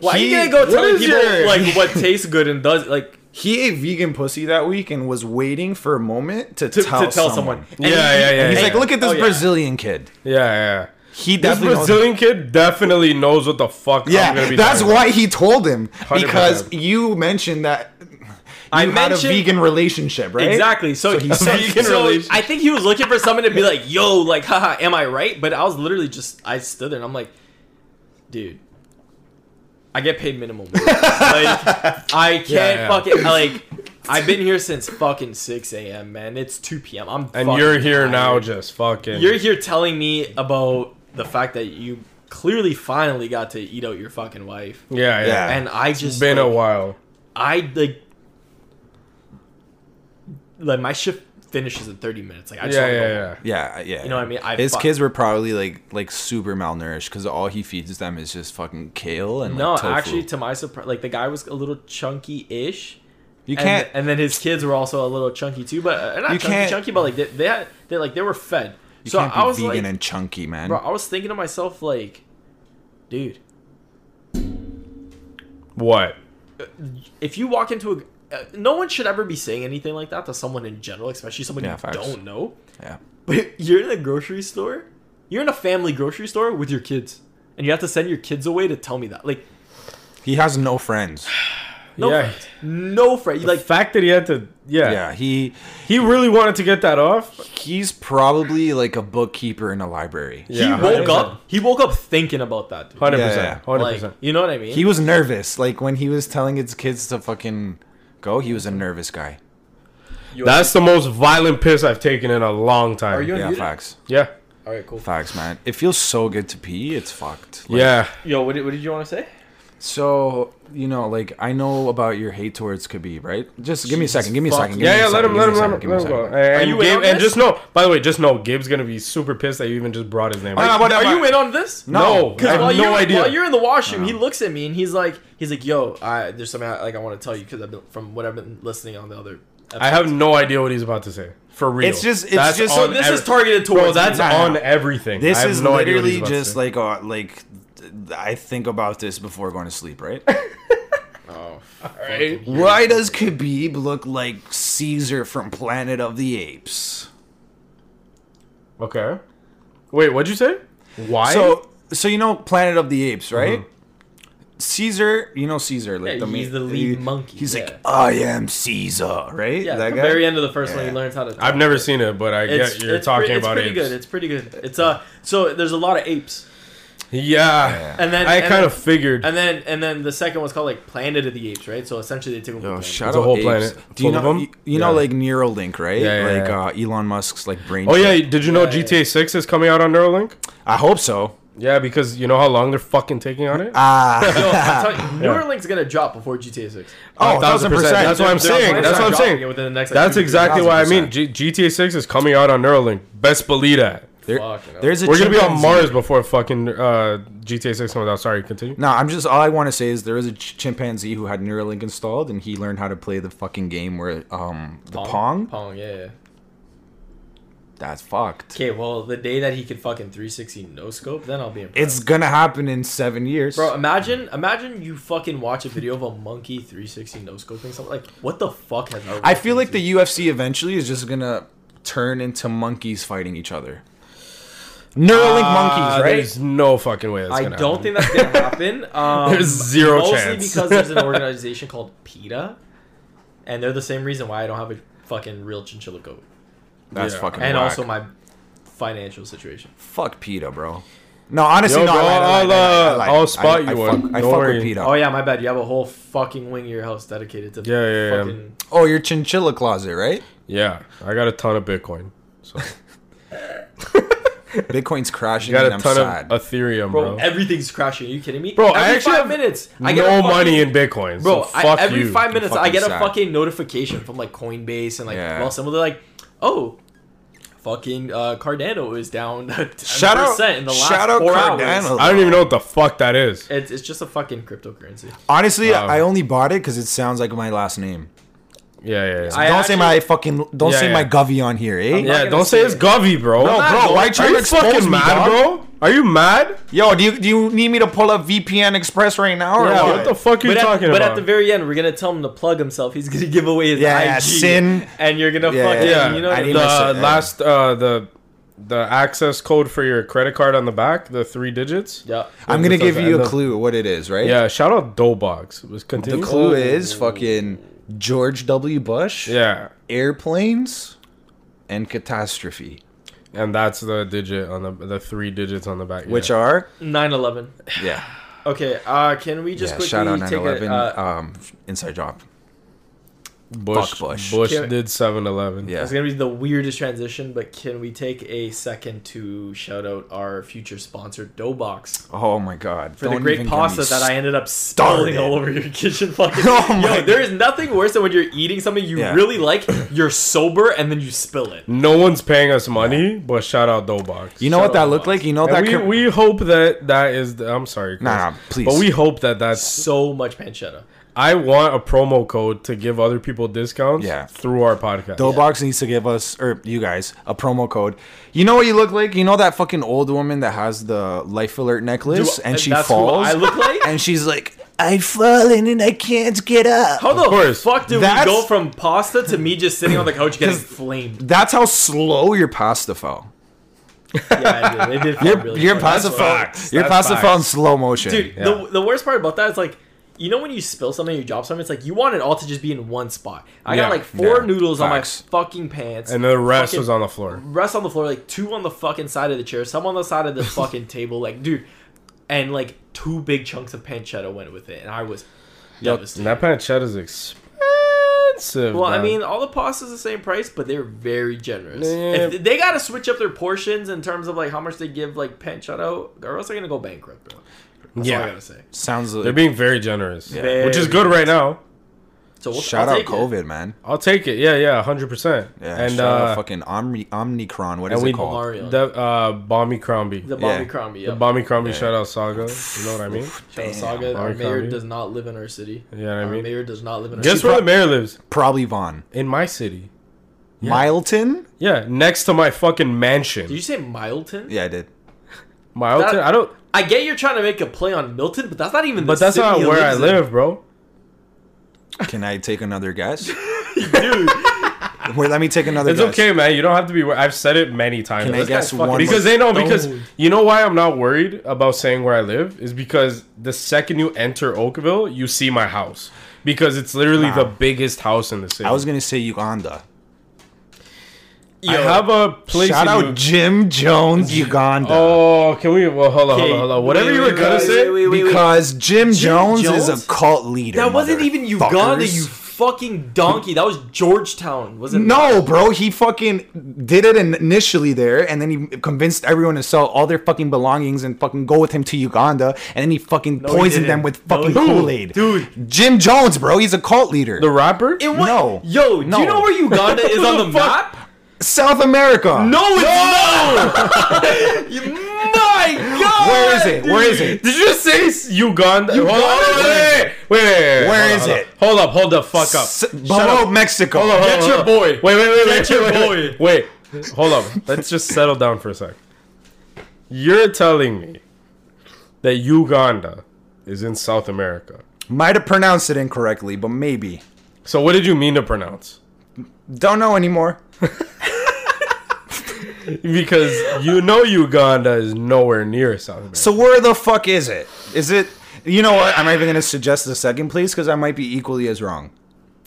why
he-
are you gonna
what
go telling
is
people
your-
like what tastes good and does like
he ate vegan pussy that week and was waiting for a moment to,
to to
tell,
tell,
someone.
someone,
Yeah, yeah, yeah.
He's
yeah.
like, look at this
Oh, yeah.
Brazilian kid.
yeah, yeah.
He
This
definitely knows-
Brazilian kid definitely knows what the fuck. I'm gonna
Yeah,
be
that's
doing.
why he told him because
100%.
you mentioned that you
I
had a
mentioned-
vegan relationship, right?
Exactly. So,
he
so,
said-
so I think he was looking for someone to be like, "Yo, like, haha, am I right?" But I was literally just, I stood there and I'm like, "Dude, I get paid minimum wage. like, I can't
Yeah, yeah.
fucking like, I've been here since fucking six a.m. Man, it's two p.m. I'm
And
fucking
you're here now,
tired.
just fucking.
You're here telling me about the fact that you clearly finally got to eat out your fucking wife,
yeah, yeah.
Yeah.
and I
It's
just
been
like,
a while.
I like like my shift finishes in 30 minutes. Like I just
Yeah,
wanna go
yeah,
home.
yeah.
Yeah, yeah.
You know what I mean? I
His
fuck-
kids were probably like like super malnourished because all he feeds them is just fucking kale and
No,
like, tofu.
actually to my surprise like the guy was a little chunky-ish.
you
and,
can't.
and then his kids were also a little chunky too, but uh, not
You
chunky,
can't-
chunky, but like they, they had they like they were fed.
you
so
can't be
I was
vegan
like,
and chunky, man.
bro, I was thinking to myself like, dude,
What?
if you walk into a, uh, no one should ever be saying anything like that to someone in general, especially someone
Yeah,
you
facts.
don't know.
yeah.
But you're in a grocery store. You're in a family grocery store with your kids, and you have to send your kids away to tell me that. Like,
He has no friends.
no
Yeah.
friends, no friend.
Like
Like,
fact that he had to. Yeah.
Yeah, he
He really wanted to get that off.
he's probably like a bookkeeper in a library.
he
Yeah,
woke
100%.
up. He woke up thinking about that. Dude.
Hundred
Yeah, yeah.
percent. Hundred
Like,
percent.
you know what I mean?
He was nervous. Like when he was telling his kids to fucking go, he was a nervous guy.
That's the most violent piss I've taken in a long time.
Are you-
Yeah,
did it?
facts.
yeah.
All right, cool.
Facts, man. It feels so good to pee. It's fucked. Like,
Yeah.
Yo, what did, what did you want to say?
So, you know, like I know about your hate towards Khabib, right? Just give me a second. Give me a
fuck.
second. give
Yeah,
me a
yeah, let
second,
him,
give
let
me
him,
a
let
second,
him,
give me a
let him go.
second.
And,
you in
Gabe-
on
and
this?
just know, by the way, just know Gabe's gonna be super pissed that you even just brought his name.
Ah,
up.
what
Are
am
you
I-
in on this?
no, I
Because
have
while,
no
you're,
idea.
while you're in the washroom, he looks at me and he's like, he's like, "Yo, I, there's something I, like I want to tell you because I've been from what I've been listening on the other."
I have no idea what he's about to say. For real,
It's just- it's just-
So
on
this
ev-
is targeted towards.
bro. That's
you.
Nah,
on
nah.
everything. I
This
have
is
no idea what he's
literally
about to
just
say.
like uh, like th- I think about this before going to sleep, right?
Oh,
Why does Khabib look like Caesar from Planet of the Apes?
okay. Wait, what'd you say? Why?
So, so you know Planet of the Apes,
Mm-hmm.
right? Caesar, you know Caesar, like
Yeah,
the
he's
main-
the lead monkey,
He's
yeah.
like, I am Caesar, right?
Yeah,
that
at the
guy.
very end of the first one, he
Yeah.
learns how to. Talk.
I've never seen it, but I
It's,
get you're
it's
talking
pre-
about
It's
it.
pretty good. It's pretty good. It's uh. So there's a lot of apes,
yeah.
and then
I
and
kind
then-
of figured.
And then and then the second one's called like Planet of the Apes, right? So essentially they took him.
Oh,
to
shout
It's a
out
whole
apes.
planet
Do you
full
know
of them?
You, you know
Yeah.
like Neuralink, right?
Yeah, yeah,
like
yeah.
Uh, Elon Musk's like brain.
oh
chip.
yeah, did you know
Yeah, yeah.
GTA Six is coming out on Neuralink?
I hope so.
Yeah, because you know how long they're fucking taking on it.
Ah,
Yo, I'm telling you, Neuralink's gonna drop before GTA Six.
oh, thousand percent.
That's what I'm
They're- they're
saying.
on
That's what
plan
I'm
to drop
saying.
it Within the next, like,
That's
two to three
exactly
months.
why I mean. G- GTA 6 is coming out on Neuralink. Best believe that.
There-
Fucking hell.
there's a
We're gonna be on
chimpanzee-
Mars before fucking uh, GTA Six comes out. Sorry, continue.
No, I'm just all I want to say is there is a ch- chimpanzee who had Neuralink installed and he learned how to play the fucking game where um the pong,
Pong, yeah. yeah.
that's fucked.
Okay, well, the day that he could fucking 360 no scope, then I'll be impressed.
It's gonna happen in seven years.
Bro, imagine, imagine you fucking watch a video of a monkey 360 no scoping something. Like, what the fuck has that?
I feel like the UFC eventually is just gonna turn into monkeys fighting each other. Neuralink
Uh,
monkeys, right?
There's no fucking way. That's
I
gonna
don't
happen.
think that's gonna happen. Um,
There's zero
mostly
chance.
because there's an organization called PETA, and they're the same reason why I don't have a fucking real chinchilla goat,
That's
Yeah.
fucking.
and
whack.
also my financial situation.
fuck PETA, bro. No, honestly,
Yo,
no. I
bro,
lied, I lied, I lied, I
I'll, uh,
lied.
I'll spot
I,
you
I
one.
Fuck, I
Don't
fuck
worry.
with PETA.
Oh yeah, my bad. You have a whole fucking wing of your house dedicated to
Yeah, yeah, yeah.
fucking
Oh, your chinchilla closet, right?
Yeah, I got a ton of Bitcoin. So
Bitcoin's crashing,
got
and
a
I'm
ton
sad.
of Ethereum,
bro.
bro.
Everything's crashing. Are you kidding me?
Bro, I
every
actually
five
have
minutes, I get a
no
fucking-
money in Bitcoin.
Bro,
Bro, so fuck
I, every
you.
five minutes, I
fucking
get a
sad.
fucking notification from like Coinbase and like
Yeah.
well, someone they're like, oh, fucking uh, Cardano is down. 10%
Shout out-
in the last
shout out
four
Cardano.
hours.
I don't even know what the fuck that is.
It's, it's just a fucking cryptocurrency.
Honestly,
Um,
I only bought it because it sounds like my last name.
Yeah, yeah, yeah.
I
don't
actually-
say my fucking. Don't
Yeah,
say
yeah.
my Govy on here, eh?
not
yeah,
gonna
don't
say
say it's
it.
Govy, bro.
No,
not
bro.
going-
Why you
Are
trying to
you
expose
fucking
me,
mad,
dog?
bro? Are you mad?
Yo, do you do you need me to pull up VPN Express right now? Or
Yeah,
what?
what the fuck are you
But, at,
talking
but
about?
at the very end, we're gonna tell him to plug himself. He's gonna give away his
Yeah,
IG,
sin.
and you're gonna
Yeah,
fucking
yeah,
you know. what I
I
mean?
need my
the
shit, yeah.
last uh, the the access code for your credit card on the back, the three digits.
yeah.
I'm gonna
It
give
says
you
end
a
of-
clue what it is, right?
Yeah, shout out Doughbox. Was
The
continue.
clue is fucking George W. Bush,
Yeah,
airplanes, and catastrophe,
and that's the digit on the the three digits on the back.
which
yeah.
are
9/11.
yeah,
Okay, uh, can we just
yeah.
quickly
Shout out
take a
9/11.
uh,
um, inside job.
Bush?
fuck Bush.
Bush
Can-
did 7-Eleven.
Yeah.
It's gonna be the weirdest transition, but can we take a second to shout out our future sponsor, Doughbox,
Oh my god!
for the great pasta that I ended up
started.
spilling all over your kitchen? Fucking
Oh my-
yo, there is nothing worse than when you're eating something you
Yeah. Mm.
really like, you're sober, and then you spill it.
No one's paying us money, but shout out Doughbox.
You know
Shut
what that
up,
looked
Alex.
like? You know
And
that?
we,
cur-
we hope that that is. The, I'm sorry, Chris.
Nah, nah, please.
But we hope that that's.
So much pancetta.
I want a promo code to give other people discounts.
Yeah.
through our podcast.
Doughbox needs to give us or you guys a promo code. You know what you look like? You know that fucking old woman that has the life alert necklace
Dude,
and she
that's who
falls.
I look like?
and she's like, I've fallen and I can't get up.
How the
course.
fuck did
That's-
we go from pasta to me just sitting on the couch getting flamed?
That's how slow your pasta fell.
Yeah, it did. It did feel
Your,
really
your
fun. That's
pasta
what-
fell.
facts.
Your
That's
pasta
facts.
fell in slow motion.
Dude,
Yeah.
the, the worst part about that is like, you know when you spill something, you drop something, it's like you want it all to just be in one spot. I
Yeah,
got like four
yeah,
noodles
facts.
on my fucking pants,
and the rest
fucking-
was on the floor.
rest on the floor, like two on the fucking side of the chair, some on the side of the fucking table, like dude, and like two big chunks of pancetta went with it, and I was
And
devastated.
that pancetta is expensive.
well, I
man.
mean, all the pasta's the same price, but they're very generous.
Yeah.
If they gotta switch up their portions in terms of like how much they give like pancetta, or else they're gonna go bankrupt, bro. That's all I
Yeah.
gotta say.
sounds
they're
like
being very generous,
Very
which is good right now.
So we'll,
shout
I'll
out
take it.
COVID, man.
I'll take it. Yeah, yeah, hundred percent.
Yeah,
and
shout out
uh,
fucking Omri- Omnicron. What
and
is
we
it called?
Mario.
the uh, Bommy Crombie, the,
The Bobby
Yeah.
Crombie,
the
yep.
Bommy Crombie shout out saga. You know what I mean?
Shout out Saga. Our
Bobby
mayor
Crombie.
does not live in our city.
Yeah, I
Our
mean-
mayor does not live in our
Guess
city.
where the mayor lives?
Probably Vaughn.
In my city.
Mileton?
Yeah, next to my fucking
Did you
mansion.
say Milton?
Yeah, I did.
Milton.
That-
I don't.
I get you're trying to make a play on Milton, but that's not even.
But
the
that's
city
not
he
where I
lives in.
live, bro.
Can I take another guess?
dude.
Wait, let me take another
It's
guess.
okay, man. You don't have to be. wor- I've said it many times.
Can I
This
guy
guess
fucking-
one?
because they know. Because
Don't.
you know why I'm not worried about saying where I live is because the second you enter Oakville, you see my house because it's literally the biggest house in the city.
I was gonna say Uganda.
I have a place.
Shout
in
out
Ug-
Jim Jones, Uganda.
Oh, can we? Well, hold on, hold
Okay,
on, hold on. Whatever
wait,
you were
wait,
gonna
wait,
say.
wait, wait, wait, wait.
because Jim, Jones, is
Jones?
a cult leader.
that wasn't even Uganda,
motherfuckers.
you fucking donkey. That was Georgetown, wasn't it?
No, bro, he fucking did it in- initially there, and then he convinced everyone to sell all their fucking belongings and fucking go with him to Uganda, and then he fucking
he
poisoned them
didn't.
with
No,
fucking
he didn't.
Kool Aid.
Dude.
Jim Jones, bro, he's a cult leader.
The rapper.
It wa-
No.
Yo, do
No.
you know where Uganda is on the
What the fuck?
map?
South America.
No, it's no! My God!
Where is it? Where is it?
Did you just say s- Uganda? Uganda?
Uganda?
Wait, wait, wait, wait, wait.
Where
Hold
is
up,
it?
Hold up, hold the fuck up.
S- below Mexico.
Hold
Get
up,
your
hold
boy.
up. Wait, wait, wait,
Get
wait,
your
wait, Wait, wait. hold up. Let's just settle down for a sec. You're telling me that Uganda is in South America.
Might have pronounced it incorrectly, but maybe.
So what did you mean to pronounce?
Don't know anymore.
Because you know Uganda is nowhere near South America.
So where the fuck is it? Is it? You know what? I'm not even gonna suggest the second place because I might be equally as wrong.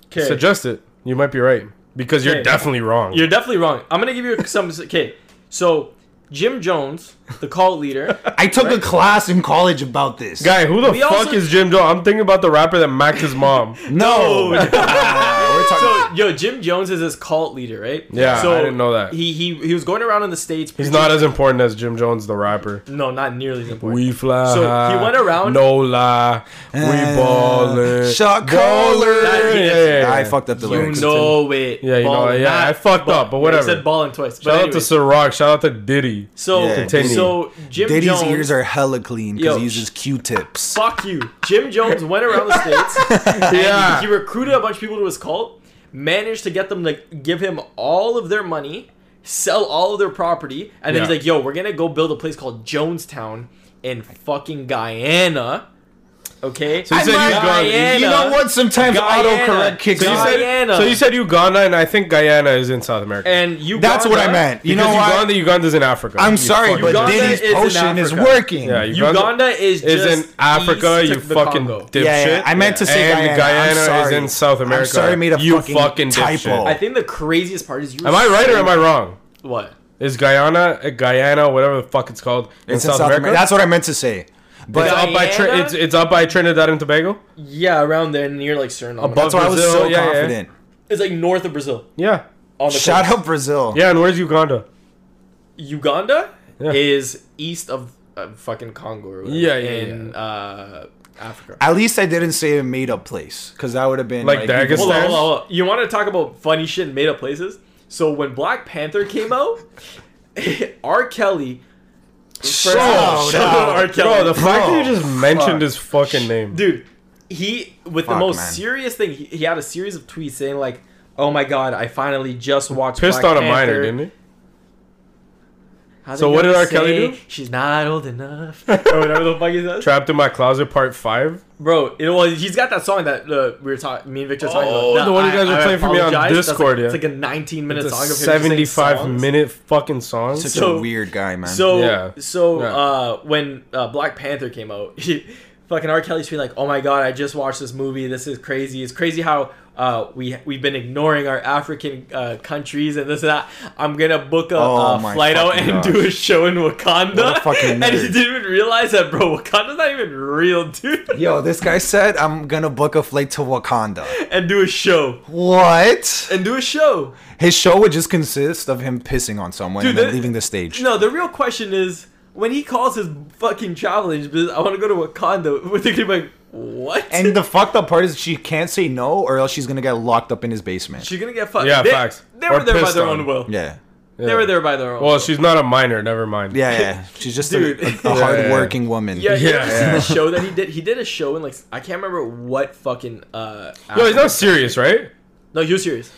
Okay.
Suggest it. You might be right. Because you're
Okay.
definitely wrong.
You're definitely wrong. I'm gonna give you some. Okay, so Jim Jones, the cult leader.
I took a class in college about this.
Guy, who the
We
fuck
also-
is Jim Joe? I'm thinking about the rapper that macked his mom.
no,
Dude.
Ah, we're talking.
So, yo, Jim Jones is this cult leader, right?
Yeah,
so
I didn't know that.
He he he was going around in the states.
He's not as important as Jim Jones, the rapper.
no, not nearly as important.
We fly.
So, he
high,
went around-
No lie. We
Uh,
ballin'.
shot caller.
Baller. Yeah.
I fucked up the
you
lyrics.
know it.
Yeah, you know
Ballin',
it. Yeah,
not
I fucked
ball-
up, but
Yeah,
whatever.
I said balling twice. But
Shout out to
anyways,
Ciroc. Shout out to Diddy.
so
Yeah. Continue.
so Jim
Diddy's
Jones.
ears are hella clean
Yo.
because he uses Q-tips.
fuck you. Jim Jones went around the states. and
Yeah.
he recruited a bunch of people to his cult. Managed to get them to give him all of their money, sell all of their property, and then
Yeah.
he's like, "Yo, we're gonna go build a place called Jonestown in fucking Guyana." Okay,
So he said
might-
Uganda.
You know what? Sometimes
Guyana.
autocorrect kicks
So you,
in.
said,
Guyana.
so you said Uganda, and I think Guyana is in South America.
and you.
That's what I meant. You
because
know what?
Uganda, Uganda's in Africa.
I'm
You
sorry,
fucking-
but
Uganda
Diddy's
is in
potion is
Africa.
working.
Yeah,
Uganda, is
is
just
in Africa.
east
you
of the
fucking
Congo.
dipshit.
Yeah, yeah, I meant to say
and
Guyana. I'm sorry.
is in South
I'm
America.
sorry I made a
you
fucking
dipshit.
typo.
I think the craziest part is you.
Am I right or am I wrong?
What?
Is Guyana, uh, Guyana, whatever the fuck it's called, in
It's
South, America?
That's what I meant to say. But
it's up by Tri-
Guyana?
it's, it's up by Trinidad and Tobago.
Yeah, around there near like Suriname.
Above-
that's why I was
Brazil,
so
yeah, yeah.
confident.
it's like north of Brazil.
Yeah,
On the
Shout
coast.
out Brazil.
yeah. And where's Uganda?
Uganda
Yeah.
is east of uh, fucking Congo. Or whatever,
Yeah, yeah,
in Uh, Africa.
At least I didn't say a made up place because that would have been
Like Dagestan?
Hold
people-
on, hold on, hold on. You want to talk about funny shit and made up places? So when Black Panther came out, R. Kelly. First-
Oh, up.
Shout out R. Kelly.
Oh, Bro, the fact that you just mentioned
fuck.
his fucking name.
dude he with the
Fuck,
most
man.
serious thing he, he had a series of tweets saying like oh my god i finally just watched
pissed
Black
on a minor,
Panther."
didn't he?
How's
So
it
what
gonna
did R. Kelly
say
do?
she's not old enough or whatever the fuck he says
Trapped in my closet, part five.
bro it was he's got that song that uh, we were talking me and victor were talking
Oh,
about
the one you guys were playing for me on
apologize. That's
Discord,
like,
yeah.
it's like a 19 minute
It's a
song of him
seventy-five
minutes.
minute fucking song.
Such
So-
a weird guy, man.
So
Yeah.
so
Yeah.
Uh, when uh, Black Panther came out, he, fucking R. Kelly's tweeting like, "Oh my god, I just watched this movie. This is crazy. It's crazy how uh, we we've been ignoring our African uh, countries and this and that. I'm gonna book a
Oh
uh,
my
flight out
fucking
and
gosh.
do a show in Wakanda."
What a fucking
and he
nerd.
didn't even realize that, bro. Wakanda's not even real, dude.
Yo, this guy said I'm gonna book a flight to Wakanda.
and do a show.
What?
And do a show.
His show would just consist of him pissing on someone
Dude,
and then
that-
leaving the stage.
No, the real question is when he calls his fucking travel agent, "Biz- I want to go to Wakanda. We're thinking like, what?
And the fucked up part is she can't say no, or else she's gonna get locked up in his basement.
She's gonna get fucked.
Yeah,
they,
facts.
They
Or
were there by
pissed
their
on.
own will.
yeah,
They were there by their own.
Well,
will.
she's not a minor. Never mind.
yeah, yeah. She's just
Dude.
a, a, a
yeah.
hardworking woman.
yeah, yeah. You ever
Yeah.
seen the show that he did? He did a show in like I can't remember what fucking. uh
Yo, he's
African-
not serious, right?
No, he was serious.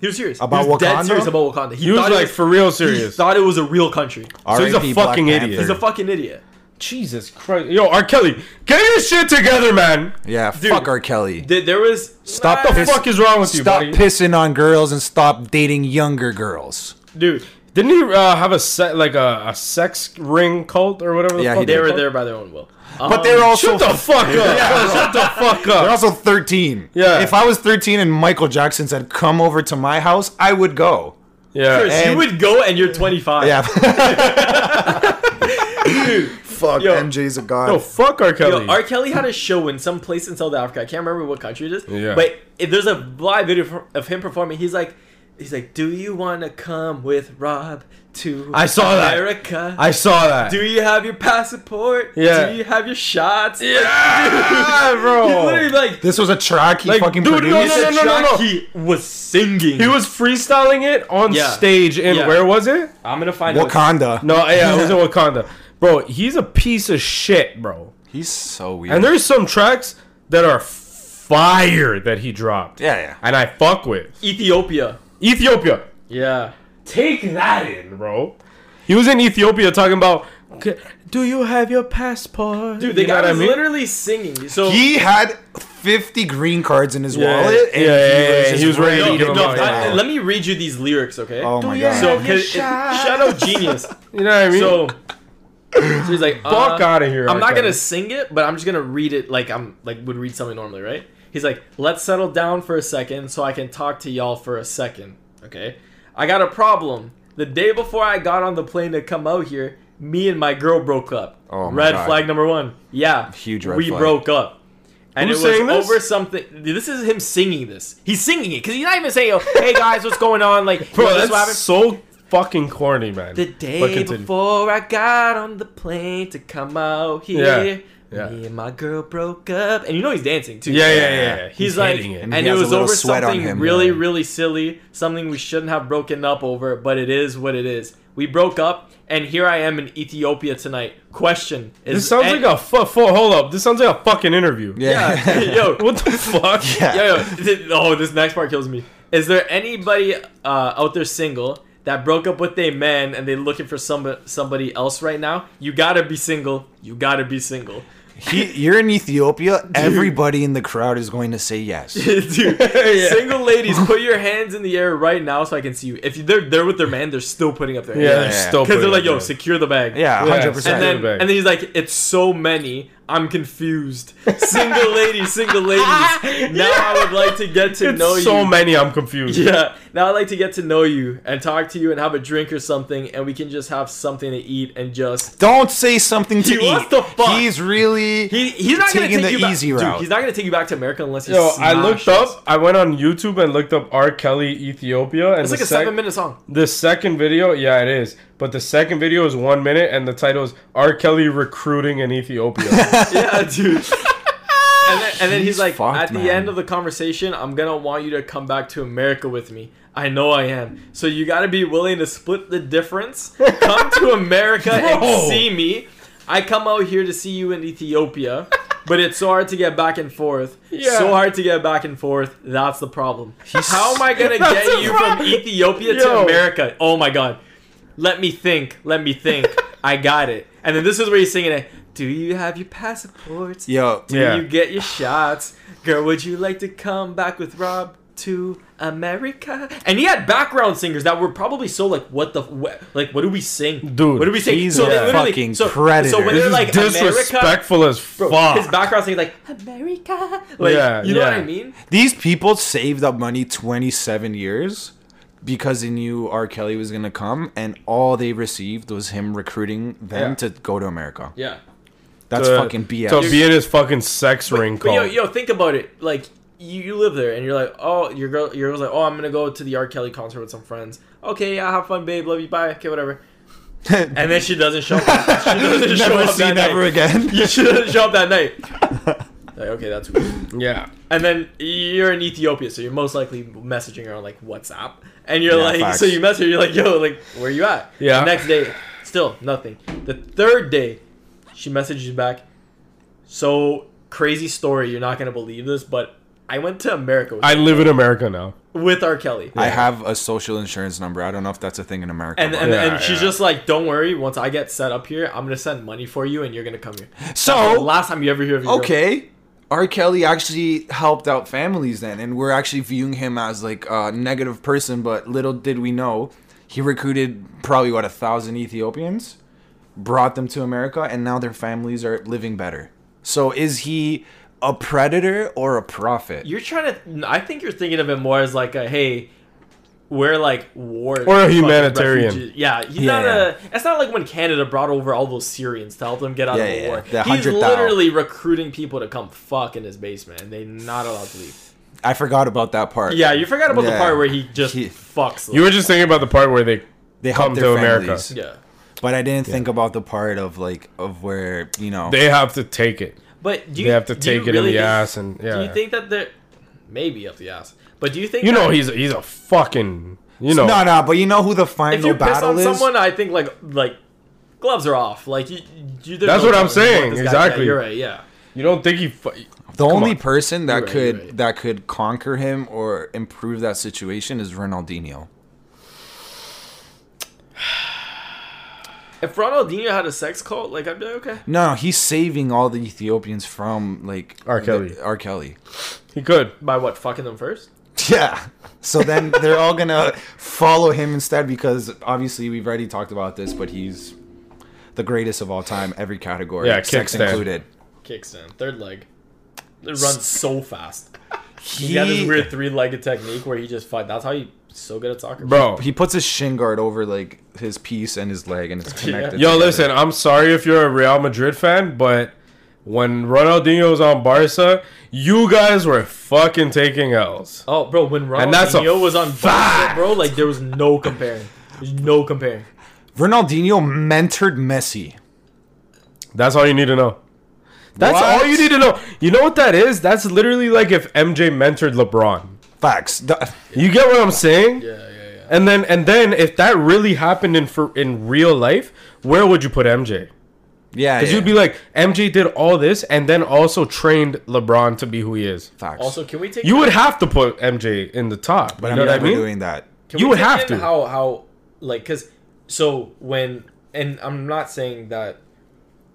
He was serious
About
he was Dead
Wakanda?
serious about Wakanda.
He was
thought it
like for real
He
serious.
thought it was a real country.
So he's a
R.I.P. Black
fucking
Panther.
idiot.
He's a fucking idiot.
Jesus Christ. Yo, R. Kelly, get your shit together, man.
yeah, fuck R. Kelly.
There, there was
Stop the
Nah,
fuck is wrong with you,
stop
buddy?
pissing on girls and stop dating younger girls.
dude.
Didn't he uh, have a set like a, a sex ring cult or whatever? The
Yeah,
fuck
he
they're
They
did.
were
called?
there by their own will. Um,
But they're also
Um, Shut the fuck up! Shut the fuck
they're
up!
also 13.
Yeah.
If I was 13 and Michael Jackson said come over to my house, I would go.
Yeah,
Chris, you
and-
would go and you're 25.
Yeah. Fuck,
Yo.
MJ's a god.
no, fuck R. Kelly.
Yo, R. Kelly had a show in some place in South Africa. I can't remember what country it is.
Yeah.
But if there's a live video fr- of him performing. He's like, He's like, "Do you want to come with Rob to
I saw that.
America?
I saw that.
Do you have your passport?
Yeah.
Do you have your shots?
yeah,
Like,
bro.
he literally like
This was a track he
Like,
fucking
dude, no,
produced.
no, no, no, no, no.
He was singing.
He was freestyling it on
Yeah.
stage in
Yeah. Uh,
where was it?
I'm gonna find out.
Wakanda.
No, yeah, it was in Wakanda. Bro, he's a piece of shit, bro.
He's so weird.
And there's some tracks that are fire that he dropped.
yeah, yeah.
And I fuck with.
Ethiopia.
Ethiopia.
Yeah.
Take that in, bro. He was in Ethiopia talking about "C- do you have your passport?
Dude, the
You know
guy
what I
was
mean?
literally singing. So
He had 50 green cards in his
Yeah,
wallet.
yeah, yeah, yeah,
just
he was ready to
No,
Yo,
them
give
no,
him
out.
I-
yeah.
let me read you these lyrics, okay?
Oh my
Do ya
god.
so,
have your
cause it-
shot?
shout out genius.
You know what I mean?
So, so he's like,
fuck
uh,
out of here.
I'm not
Arcade.
gonna sing it, but I'm just gonna read it like I'm like would read something normally, right? He's like, let's settle down for a second so I can talk to y'all for a second. Okay. I got a problem. The day before I got on the plane to come out here, me and my girl broke up.
Oh my
red
God.
flag number one. Yeah.
Huge red
we
flag.
broke up. And
Who's
it was
saying this?
over something. This is him singing this. He's singing it because he's not even saying, "Oh, hey guys, what's going on?" Like,
Bro,
yo, this is
that's
what happened.
so fucking corny, man.
The
But
day
continue.
before I got on the plane to come out here,
Yeah, yeah.
me and my girl broke up, and you know he's dancing too.
Yeah, yeah, yeah. yeah.
He's, like,
hitting
and
it.
he
it
has a
was
little
over
sweat on
something
him,
really,
yeah.
really silly, something we shouldn't have broken up over, but it is what it is. We broke up, and here I am in Ethiopia tonight. Question: Is
This sounds
and-
like a fu- fu- hold up. This sounds like a fucking interview.
yeah, yo,
What the fuck?
Yeah.
yo, yo, th- oh, this next part kills me. Is there anybody uh, out there single that broke up with a man and they looking for some somebody else right now? You gotta be single. You gotta be single,
He, you're in Ethiopia. Everybody in the crowd is going to say yes.
dude. Single ladies, put your hands in the air right now so I can see you. If they're they're with their man, they're still putting up their
Yeah,
hands
they're
Yeah.
still
because
putting
they're like,
it
yo,
down.
secure the bag.
Yeah,
Yeah,
hundred
And
Secure
percent.
then,
the bag.
and then he's like, "It's so many. I'm confused. Single ladies, single ladies. Now I would like to get to
It's
know you."
so many. I'm confused.
Yeah. Now I'd like to get to know you and talk to you and have a drink or something, and we can just have something to eat and just.
Don't say something to
He
eat.
wants the fuck.
He's really.
He, he's not
Taking
gonna take
the
you
easy
back.
route.
Dude, he's not gonna take you back to America unless you.
Yo, I looked
smash
up. I went on YouTube and looked up R. Kelly Ethiopia, and
It's
the,
like a
sec-
seven-minute song.
the second video, yeah, it is. But the second video is one minute, and the title is R. Kelly recruiting in Ethiopia.
yeah, dude. And then, and then he's
He's
like,
fucked,
at the
man.
end of the conversation, I'm gonna want you to come back to America with me. I know I am. So you gotta be willing to split the difference. Come to America
Bro.
and see me. I come out here to see you in Ethiopia, but it's so hard to get back and forth.
Yeah.
So hard to get back and forth. That's the problem. How am I gonna
That's
get
the
you
problem.
from Ethiopia to
Yo.
America? Oh my god. Let me think. Let me think. I got it. And then this is where he's singing it. Do you have your passports?
Yo,
Do
Yeah.
you get your shots? Girl, would you like to come back with Rob to America? And he had background singers that were probably so like, what the, wh- like, what do we sing?
Dude,
what do we sing?
he's a
they literally-
fucking
so, So
predator.
when
This
they're
this
like
is
America,
disrespectful as fuck.
bro, his background singing like America, like
Yeah,
you know what
yeah.
I mean?
these people saved up money 27 years because they knew R. Kelly was gonna come, and all they received was him recruiting them
Yeah.
to go to America.
Yeah. uh,
That's
To-
fucking BS.
To be in his fucking sex ring
But
call.
yo, yo, think about it. Like you, you live there, and you're like, oh, your girl, your girl's like, oh, I'm gonna go to the R. Kelly concert with some friends. Okay, yeah, have fun, babe. Love you. Bye. Okay, whatever. and then she doesn't show up. She doesn't show
never
up
see
that
never
night.
again.
Yeah, she doesn't show up that night. Like, okay, that's weird.
yeah.
And then you're in Ethiopia, so you're most likely messaging her on like WhatsApp, and you're
Yeah,
like,
facts.
so you message, her, you're like, yo, like, where you at?
Yeah.
The next day, still nothing. The third day, she messages back. So crazy story. You're not gonna believe this, but I went to America with,
I live in America now.
with R. Kelly.
I have a social insurance number. I don't know if that's a thing in America.
and,
but-
and,
Yeah,
and she's
yeah.
just like, don't worry. Once I get set up here, I'm gonna send money for you, and you're gonna come here. The
so
last time you ever hear of your girl.
Oh. okay, R. Kelly actually helped out families then, and we're actually viewing him as like a negative person. But little did we know, he recruited probably what a thousand Ethiopians, brought them to America, and now their families are living better. So is he a predator or a prophet?
You're trying to. I think you're thinking of it more as like a hey, we're like war
Or a
fucking
humanitarian.
refugees. Yeah, he's
Yeah,
not
yeah.
a. It's not like when Canada brought over all those Syrians to help them get out
Yeah,
of the
yeah,
war.
the
he's
100,000.
literally recruiting people to come fuck in his basement, and they're not allowed to leave.
I forgot about that part.
Yeah, you forgot about the
Yeah.
part where he just
He-
fucks.
You were just thinking about the part where they
they
come
helped
to
their families,
America.
yeah,
but I didn't think about the part of like of where you know
They have to take it.
but do you,
They have to
do you
take it in
really
the
think-
ass, and yeah.
Do you think that they're maybe up the ass? But do you think
You
that
know he's he's a fucking you know
no no. But you know who the
if
final
you piss
battle
on
is?
someone, I think like like gloves are off. Like you, you there's
That's
no
what I'm
telling
saying,
this guy-
exactly.
Yeah, you're right. Yeah,
you don't think he fu-
the only
on.
person that
You're right, you're
could
right.
that could conquer him or improve that situation is Ronaldinho.
if Ronaldinho had a sex cult, like I'd be like, okay.
No, he's saving all the Ethiopians from like
R.
the-
Kelly.
R. Kelly.
he could.
By what fucking them first?
Yeah. So then they're all gonna follow him instead because obviously we've already talked about this, but he's the greatest of all time, every category,
Yeah,
sex
kickstand.
included.
Kickstand, third leg. It runs so fast.
He,
He got this weird three-legged technique where he just fight. That's how he's so good at soccer,
Bro.
he puts his shin guard over like his piece and his leg, and it's connected.
Yo,
together.
listen, I'm sorry if you're a Real Madrid fan, but when Ronaldinho was on Barca, you guys were fucking taking L's.
Oh, bro, when Ronaldinho
And that's a
was on Barca,
fact.
bro, like there was no comparing. There's no comparing.
Ronaldinho mentored Messi.
That's all you need to know. That's
What?
all you need to know. You know what that is? That's literally like if MJ mentored LeBron.
Facts. The-
You get what I'm saying?
Yeah, yeah, yeah.
And then and then if that really happened in for in real life, where would you put MJ?
yeah,
Because
yeah.
you'd be like, MJ did all this and then also trained LeBron to be who he is.
facts.
Also, can we take
You would have to put MJ in the top.
but
you
I'm
know what I
never
mean?
doing that.
Can
You
we
would
take
have
in
to.
How how like because so when and I'm not saying that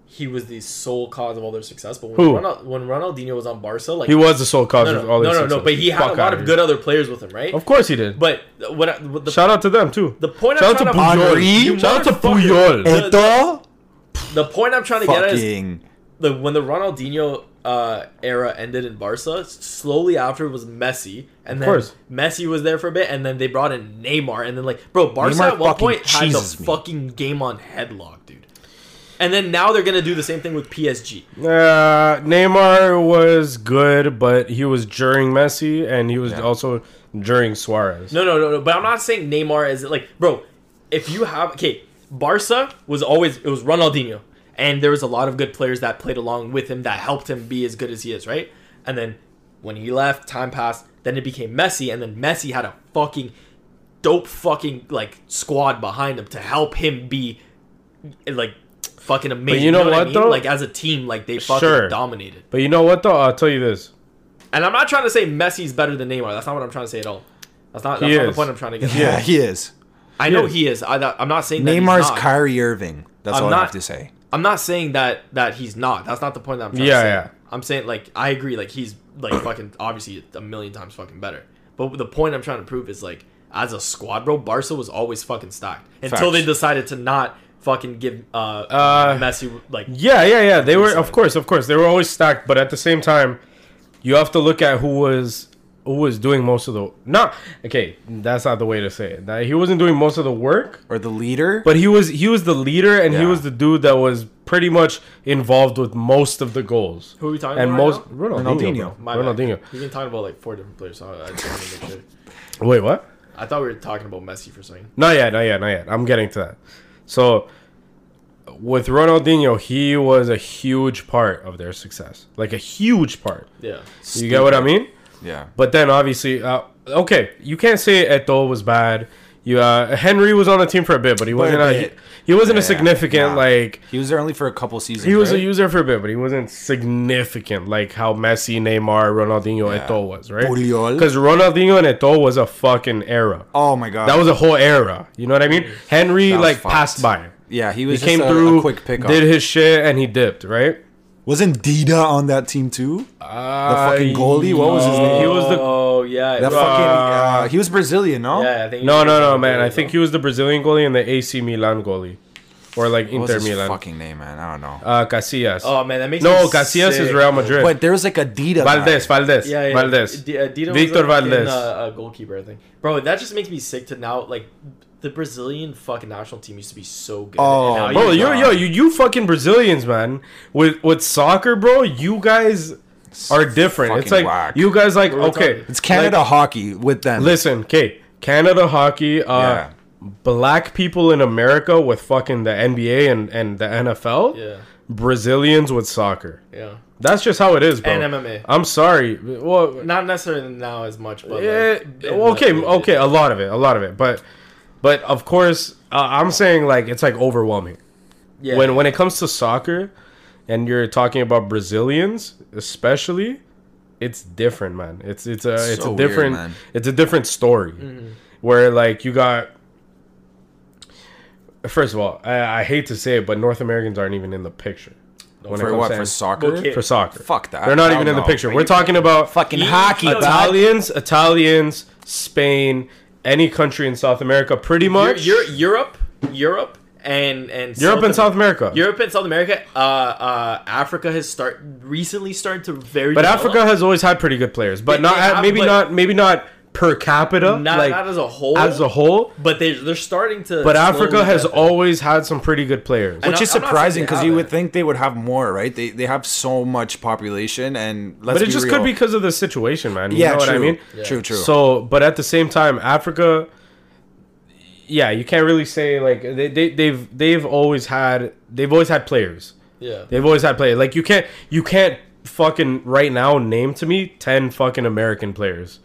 he was the sole cause of all their success, but when,
Who?
Ronald, when Ronaldinho was on Barca, like
He was the sole cause
no
of
no
all
no
this.
no, no,
success.
but he had
Fuck
a lot
outta
of
here.
good other players with him, right?
Of course he did. But
But what I, what the,
shout out to them too.
the point
shout
I'm
out to
trying to
Henri?
Puyol. Shout out to
motherfucker.
Puyol.
The-
Eto
the point I'm trying to get at is
fucking
the when the Ronaldinho uh, era ended in Barca, s- slowly after was Messi, and then
course.
Messi was there for a bit, and then they brought in Neymar, and then like bro, Barca
Neymar
at one
fucking
point had the
cheeses me.
fucking game on headlock, dude. And then now they're gonna do the same thing with PSG.
Uh, Neymar was good, but he was during Messi and he was also during Suarez.
No, no, no, no. But I'm not saying Neymar is like, bro. If you have okay, Barca was always it was Ronaldinho, and there was a lot of good players that played along with him that helped him be as good as he is, right? And then when he left, time passed. Then it became Messi, and then Messi had a fucking dope fucking like squad behind him to help him be like fucking amazing.
you know what, though?
Like as a team, like they fucking
Sure.
dominated.
But you know what though? I'll tell you this.
And I'm not trying to say Messi's better than Neymar. That's not what I'm trying to say at all. That's not, that's
He
not the
is.
point I'm trying to get. at.
yeah, he is.
I know
is.
he is. I, I'm not saying that
Neymar's
He's not.
Kyrie Irving. That's
I'm
all I
not-
have to say.
I'm not saying that that he's not. That's not the point that I'm trying
Yeah,
to say.
yeah.
I'm saying like I agree. Like he's like fucking obviously a million times fucking better. But the point I'm trying to prove is like as a squad, bro, Barca was always fucking stacked until
Facts.
they decided to not fucking give uh,
Uh,
Messi like
Yeah, yeah, yeah. They were, of
Inside.
course, of course, they were always stacked. But at the same time, you have to look at who was who was doing most of the not. Okay, that's not the way to say it. That he wasn't doing most of the work,
Or the leader.
but he was he was the leader and he
Yeah.
was the dude that was pretty much involved with most of the goals.
who are we talking
and
about?
most
right now?
Ronaldinho,
Ronaldinho.
bro.
My bad.
Ronaldinho.
We've been talking about like four different players. So I, I, just wanted to make sure.
Wait, what?
I thought we were talking about Messi for a second.
Not yet, not yet, not yet. I'm getting to that. So with Ronaldinho, he was a huge part of their success, like a huge part.
Yeah.
You get what I mean?
yeah.
But then obviously, uh, okay, you can't say Eto was bad. You uh, Henry was on the team for a bit, but he
a
wasn't. A, he,
bit.
he wasn't a
Yeah,
significant
nah.
like.
He was there only for a couple seasons.
He was a
right?
user for a bit, but he wasn't significant like how Messi, Neymar, Ronaldinho,
Yeah.
Eto was, right?
Puyol.
Because Ronaldinho and Eto was a fucking era.
Oh my god.
That was a whole era. You know what I mean? Henry
That was
like
fucked.
passed by.
yeah, he
He
was just
came
a,
through,
a quick pickup.
did his shit, and he dipped. Right?
Wasn't Dida on that team too?
Uh,
fucking goalie? What was his name?
He was the
Oh yeah.
That
bro.
fucking uh, he was Brazilian, no?
yeah, I think
No, no, no, man. I think he was the Brazilian goalie and the AC Milan goalie, or like
What was
Inter
his
Milan.
fucking name, man? I don't know.
Uh, Casillas.
Oh man, that makes
no,
me
Casillas
sick.
is Real Madrid.
But there was like a Dida.
Valdez, Valdez,
Yeah, yeah.
Valdez.
D- uh, Dida was
Victor
a fucking,
Valdez.
uh, a goalkeeper, I think. Bro, that just makes me sick to now. Like the Brazilian fucking national team used to be so good.
Oh,
and now
Bro,
you-
yo, yo, you, you fucking Brazilians, man. With with soccer, bro, you guys are different. It's
fucking
like
whack.
you guys like okay.
retarded.
It's Canada hockey with them.
Listen, okay, Canada hockey, uh,
Yeah.
black people in America with fucking the NBA and, and the NFL,
Yeah.
Brazilians with soccer.
Yeah.
That's just how it is, bro.
And MMA.
I'm sorry. Well,
Not necessarily now as much, but like,
eh,
in
well, okay,
the-
okay, a lot of it, a lot of it, but but of course, uh, I'm saying like it's like overwhelming
Yeah.
when when it comes to soccer, and you're talking about Brazilians, especially, it's different, man. It's it's a it's
So
a
weird,
different
man.
it's a different story, where like you got. First of all, I, I hate to say it, but North Americans aren't even in the picture when it
for
comes
what?
to
For
an-
soccer?
Okay.
for soccer.
Fuck that.
They're not
Hell
even in the
no.
picture.
Are
We're
you-
talking about
Fucking hockey, dog.
Italians, Italians, Spain, any country in South America, pretty
Eu-
much.
Eu- Europe, Europe, and and
Europe and South America.
Europe and South America, uh, uh, Africa has start recently started to very.
But
develop.
Africa has always had pretty good players, but
They-
not
they have,
maybe
but-
not maybe not per capita,
not,
like
not as a whole,
as a whole.
but they they're starting to.
But Africa
slowly
has
get there.
always had some pretty good players.
And
Which
I-
is
I'm not saying
surprising
they
because
have
you
it.
would think they would have more, right? They they have so much population, and let's
But it
be
just
real.
could be because of the situation, man. You
yeah,
know
true.
what I mean?
True, true.
So, but at the same time, Africa, yeah, you can't really say like they, they they've they've always had they've always had players.
yeah.
They've always had players. Like you can't you can't fucking right now name to me ten fucking American players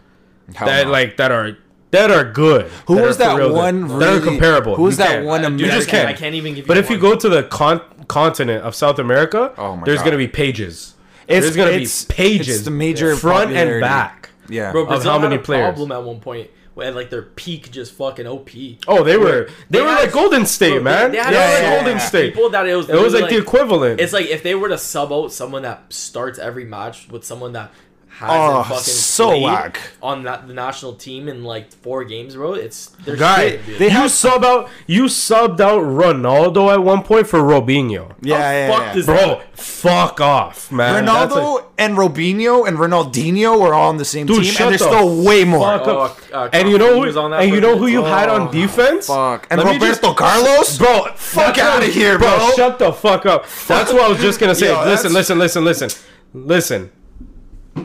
Hell
that
no.
like that are that are good.
who
are
was
for
that
real good,
one?
that are
really-
comparable?
Who was
You
that
can't.
one?
I- Uh, dude,
You
I
just
American?
can't-
can't.
I can't even give.
But
you
if you
one.
go to the con- continent of South America,
Oh my
there's
God.
gonna be pages.
It's-
there's gonna
it's-
be pages.
it's the major
front and
popularity.
back.
Yeah,
Bro, Brazil
how
had
many
a
players?
Problem at one point when like their peak just fucking op.
Oh, they were they,
They
were
had-
like Golden State,
Bro, they-
man.
they
They,
had
were like
yeah,
Golden
yeah.
State.
people that it was.
it was
literally,
like the equivalent.
It's like if they were to sub out someone that starts every match with someone that hasn't
Oh,
fucking
so
played
whack.
on that the national team in like four games, bro. It's they're
guy.
shit, dude.
they
you
have-
sub out you subbed out Ronaldo at one point for Robinho.
yeah,
How
yeah,
fucked
yeah.
is
Bro, fuck off, man. That's
Ronaldo
like-
and Robinho and Ronaldinho were all on the same
Dude,
team,
shut
and there's
the
still way more. Oh,
fuck up.
Oh, uh,
and you know
Kafu
who
was on that
and you
for
know
a
who you
minute.
had on defense?
Fuck. And
Let me
Roberto
just-
Carlos,
Bro, fuck
outta here, bro.
Shut the fuck up. That's what I was just gonna say.
Yo,
listen,
that's-
listen, listen, listen, listen.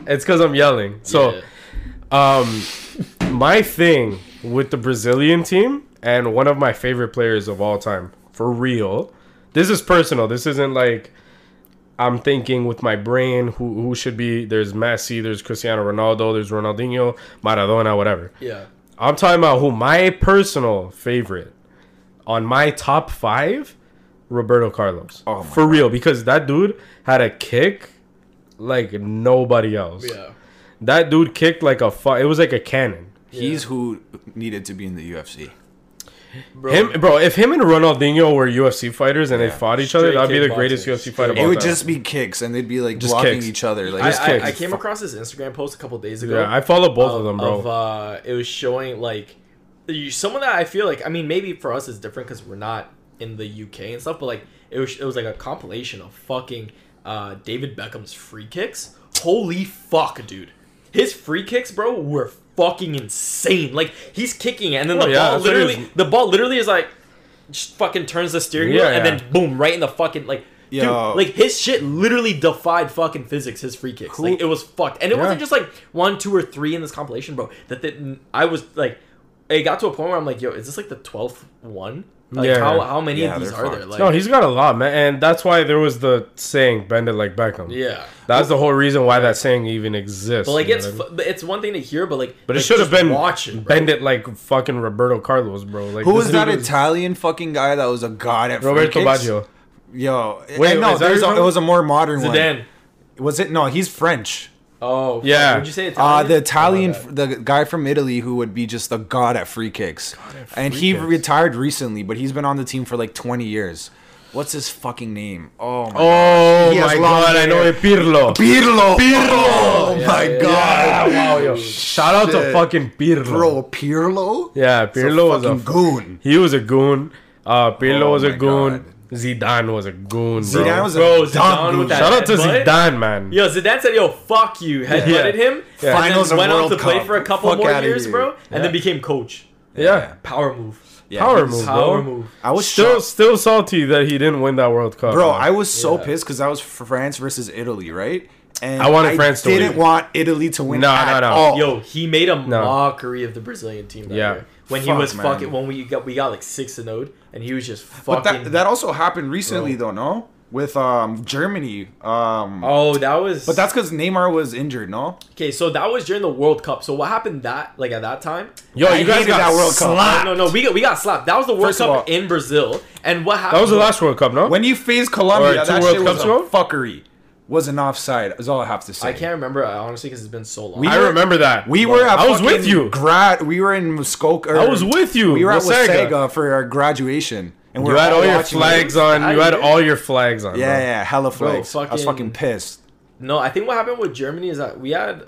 It's because I'm yelling. So, um, my thing with the Brazilian team and one of my favorite players of all time, for real. This is personal. This isn't like I'm thinking with my brain who who should be. There's Messi. There's Cristiano Ronaldo. There's Ronaldinho, Maradona, whatever.
yeah,
I'm talking about who my personal favorite on my top five, Roberto Carlos.
Oh my
for real, because that dude had a kick like nobody else.
yeah.
That dude kicked like a fu- it was like a cannon.
he's who needed to be in the UFC.
Bro,
Him, bro. If him and Ronaldinho were UFC fighters and they fought each other,
Straight
that'd be
kickboxing.
the greatest UFC fight of
It
all
would
time.
just be kicks, and they'd be like
Just
blocking
kicks.
each other. Like,
I,
Just
I,
kicked.
I came across this Instagram post a couple days ago.
yeah, I follow both of them, bro.
Of uh, it was showing like you, someone that I feel like I mean maybe for us it's different because we're not in the UK and stuff, but like it was it was like a compilation of fucking uh, David Beckham's free kicks. Holy fuck, dude! His free kicks, bro, were fucking insane. Like he's kicking it, and then
Well,
the
Oh, yeah,
ball
that's what he was-
literally the ball literally is like just fucking turns the steering wheel
Yeah,
and
yeah.
then boom right in the fucking like. Dude,
Yo.
like his shit literally defied fucking physics. His free kicks,
Who-
like it was fucked, and it
Yeah.
wasn't just like one, two, or three in this compilation, bro. That that I was like, it got to a point where I'm like, yo, is this like the twelfth one? Like,
Yeah.
How how many
Yeah,
of these
they're
are
fucked.
there? Like,
no, he's got a lot, man, and that's why there was the saying "bend it like Beckham."
yeah.
that's the whole reason why that saying even exists.
But like
you know
it's
what I mean?
fu- it's one thing to hear, but like,
But it
like,
should have
just
been
watch it, bro.
bend it like fucking Roberto Carlos, bro. Like
who
this
was that
dude
Italian fucking guy that was a god at free
Roberto
kicks?
Baggio.
Yo,
Wait,
wait, no,
is that
there's
his
a,
name?
it was a more modern one.
Zidane.
Was it? No, he's French.
Oh fuck,
Yeah.
Would you say
Uh,
Italian?
the Italian,
Oh, my bad.
the guy from Italy who would be just a god at free kicks, and he
kicks.
retired recently, but he's been on the team for like 20 years. What's his fucking name? Oh my
Oh
He has
my
long
god, I know
hair.
it, Pirlo.
Pirlo! Pirlo! Oh my
yeah,
god!
wow, yo! Shout out to
Shit.
fucking Pirlo.
Bro, Pirlo?
Yeah,
He's a
Pirlo was a
fucking goon.
He was a goon. Uh, Pirlo
Oh
was a
my
goon.
God.
Zidane was a goon. Bro.
Zidane was a
Bro,
dumb
Zidane
goon.
with that-
Shout out to
But-
Zidane, man.
Yo, Zidane said, "Yo, fuck you." Headbutted him.
Yeah.
and then
Finals of
went on
World
to play
Cup.
for a couple
Fuck
more
outta
years,
here.
bro, and
Yeah.
then became coach.
Yeah.
Power move.
Yeah,
Power
he's-
move, bro.
Power move.
I was
Still,
shocked.
still salty that he didn't win that World Cup.
Bro,
man.
I was so
Yeah.
pissed because that was France versus Italy, right? and
I wanted France to
didn't
win.
want Italy to win.
No, no,
at
no.
all.
Yo, he made a
Oh. No.
mockery of the Brazilian team. That
Yeah.
year. when
Fuck,
he was
man.
fucking when we got we got like six and zero, and he was just
but
fucking.
that that also happened recently though, no? With um Germany. Um
oh, that was.
But that's because Neymar was injured, no?
okay. So that was during the World Cup. So what happened that like at that time?
Yo,
I
you guys
hated
got
that World Cup.
slapped.
No, no, we got we got slapped. That was the World
First of
Cup
all-
in Brazil, and what happened?
That was the last World Cup, no?
When you face
Or
Colombia,
two
that
World
shit was
Cups
a
ago?
fucking fuckery. Was an offside. Is all I have to say.
I can't remember uh, honestly because it's been so long.
I
were-
remember that.
We were. At
I was
fucking
with you.
Grad. We were in Muskoka.
I was with you.
We were at
Wasaga.
Wasaga for our graduation, and we
You
were
had all your
watching
flags
it.
on. You had
Yeah.
all your flags on.
Yeah,
bro.
yeah, hella flags. I was
fucking-
fucking pissed.
No, I think what happened with Germany is that we had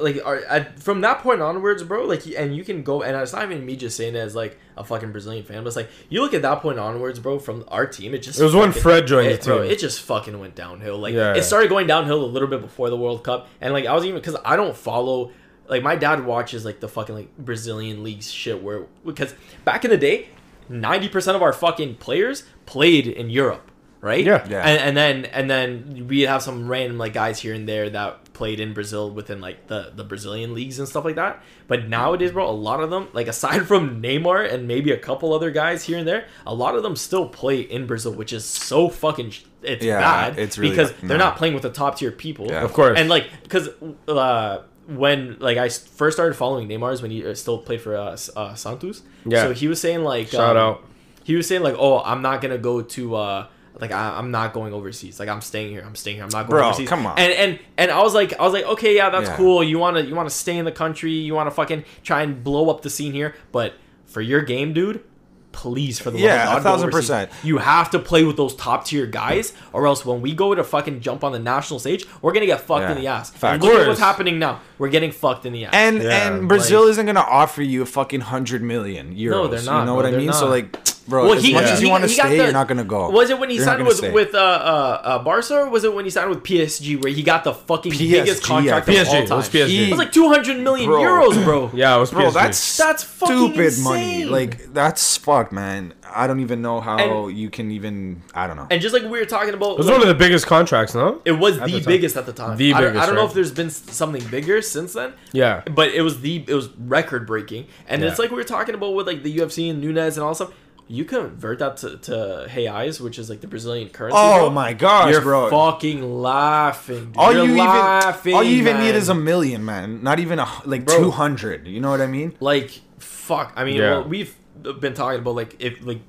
like our, at, from that point onwards, bro. Like, and you can go, and it's not even me just saying it as like a fucking Brazilian fan, but it's like you look at that point onwards, bro. From our team, it just
It was when
fucking-
Fred joined
it,
the team.
Bro, it just fucking went downhill. Like,
Yeah.
it started going downhill a little bit before the World Cup, and like I was even because I don't follow. Like my dad watches like the fucking like Brazilian leagues shit where because back in the day, ninety percent of our fucking players played in Europe, right?
Yeah.
Yeah.
And, and then and then we have some random like guys here and there that played in Brazil within like the the Brazilian leagues and stuff like that. But nowadays, bro, a lot of them like aside from Neymar and maybe a couple other guys here and there, a lot of them still play in Brazil, which is so fucking sh- it's
Yeah,
bad.
it's really-
because they're
no.
not playing with the top tier people.
Yeah.
Of course.
And like because uh, when like I s- first started following Neymar's when he uh, still played for uh, S- uh, Santos.
Yeah.
So he was saying like um,
Shout out.
he was saying like, "Oh, I'm not gonna go to uh, like I, I'm not going overseas. Like I'm staying here. I'm staying here. I'm not going
Bro,
overseas."
come on.
And and and I was like, I was like, okay, yeah, that's
Yeah.
cool. You wanna you wanna stay in the country. You wanna fucking try and blow up the scene here. But for your game, dude, please for the
Yeah,
love of God,
a
go
thousand
overseas.
percent.
You have to play with those top tier guys, or else when we go to fucking jump on the national stage, we're gonna get fucked
Yeah.
in the ass.
Facts.
And look
Of
at what's
course.
happening now. We're getting fucked in the ass.
And
Yeah,
and Brazil isn't gonna offer you a fucking hundred million euros.
No, they're not,
You know
bro,
what I
they're
mean? So
not.
like, bro, as much as you want to
he got
stay,
the-
you're not gonna go.
Was it when he
You're not
signed
gonna
with
stay.
with uh, uh, uh, Barca, or was it when he signed with PSG, where he got the fucking
PSG,
biggest contract
I
of
think.
all
PSG. It
time?
was PSG.
It was like 200 million
Bro.
euros, bro.
Yeah, it was
Bro,
PSG.
that's
That's fucking
stupid money.
insane.
Like that's fuck, man. I don't even know how
And-
you can even. I don't know.
And just like we were talking about,
It was
like,
one of the biggest contracts, no?
it was the,
the time.
biggest at the time.
The
I, don't- I
biggest,
don't know
right.
if there's been s- something bigger since then.
Yeah.
but it was the it was record breaking, and it's
Yeah.
like we were talking about with like the UFC and Nunes and all stuff. You convert that to, to reais, which is like the Brazilian currency.
oh
bro.
my gosh,
You're
bro.
fucking laughing. dude.
all
You're
you
laughing,
even all you even
man.
need is a million, man. Not even a h- like
Bro.
two hundred. You know what I mean?
like fuck i mean
Yeah.
well, we've been talking about like if like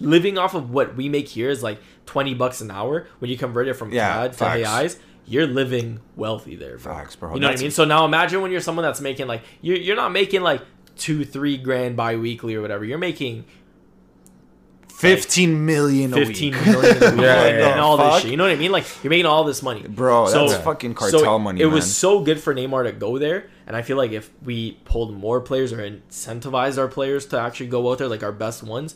living off of what we make here is like 20 bucks an hour when you convert it from
Yeah,
CAD to
facts.
AIs you're living wealthy there bro.
Facts, bro.
you know what
That's-
i mean so now imagine when you're someone that's making like you're, you're not making like two three grand bi-weekly or whatever you're making
Fifteen million a week.
15 million a week
Yeah,
and,
yeah,
and all
fuck.
this shit you know what i mean like you're making all this money
Bro, that's fucking cartel
so it-
money,
it
man.
was so good for neymar to go there and i feel like if we pulled more players or incentivized our players to actually go out there like our best ones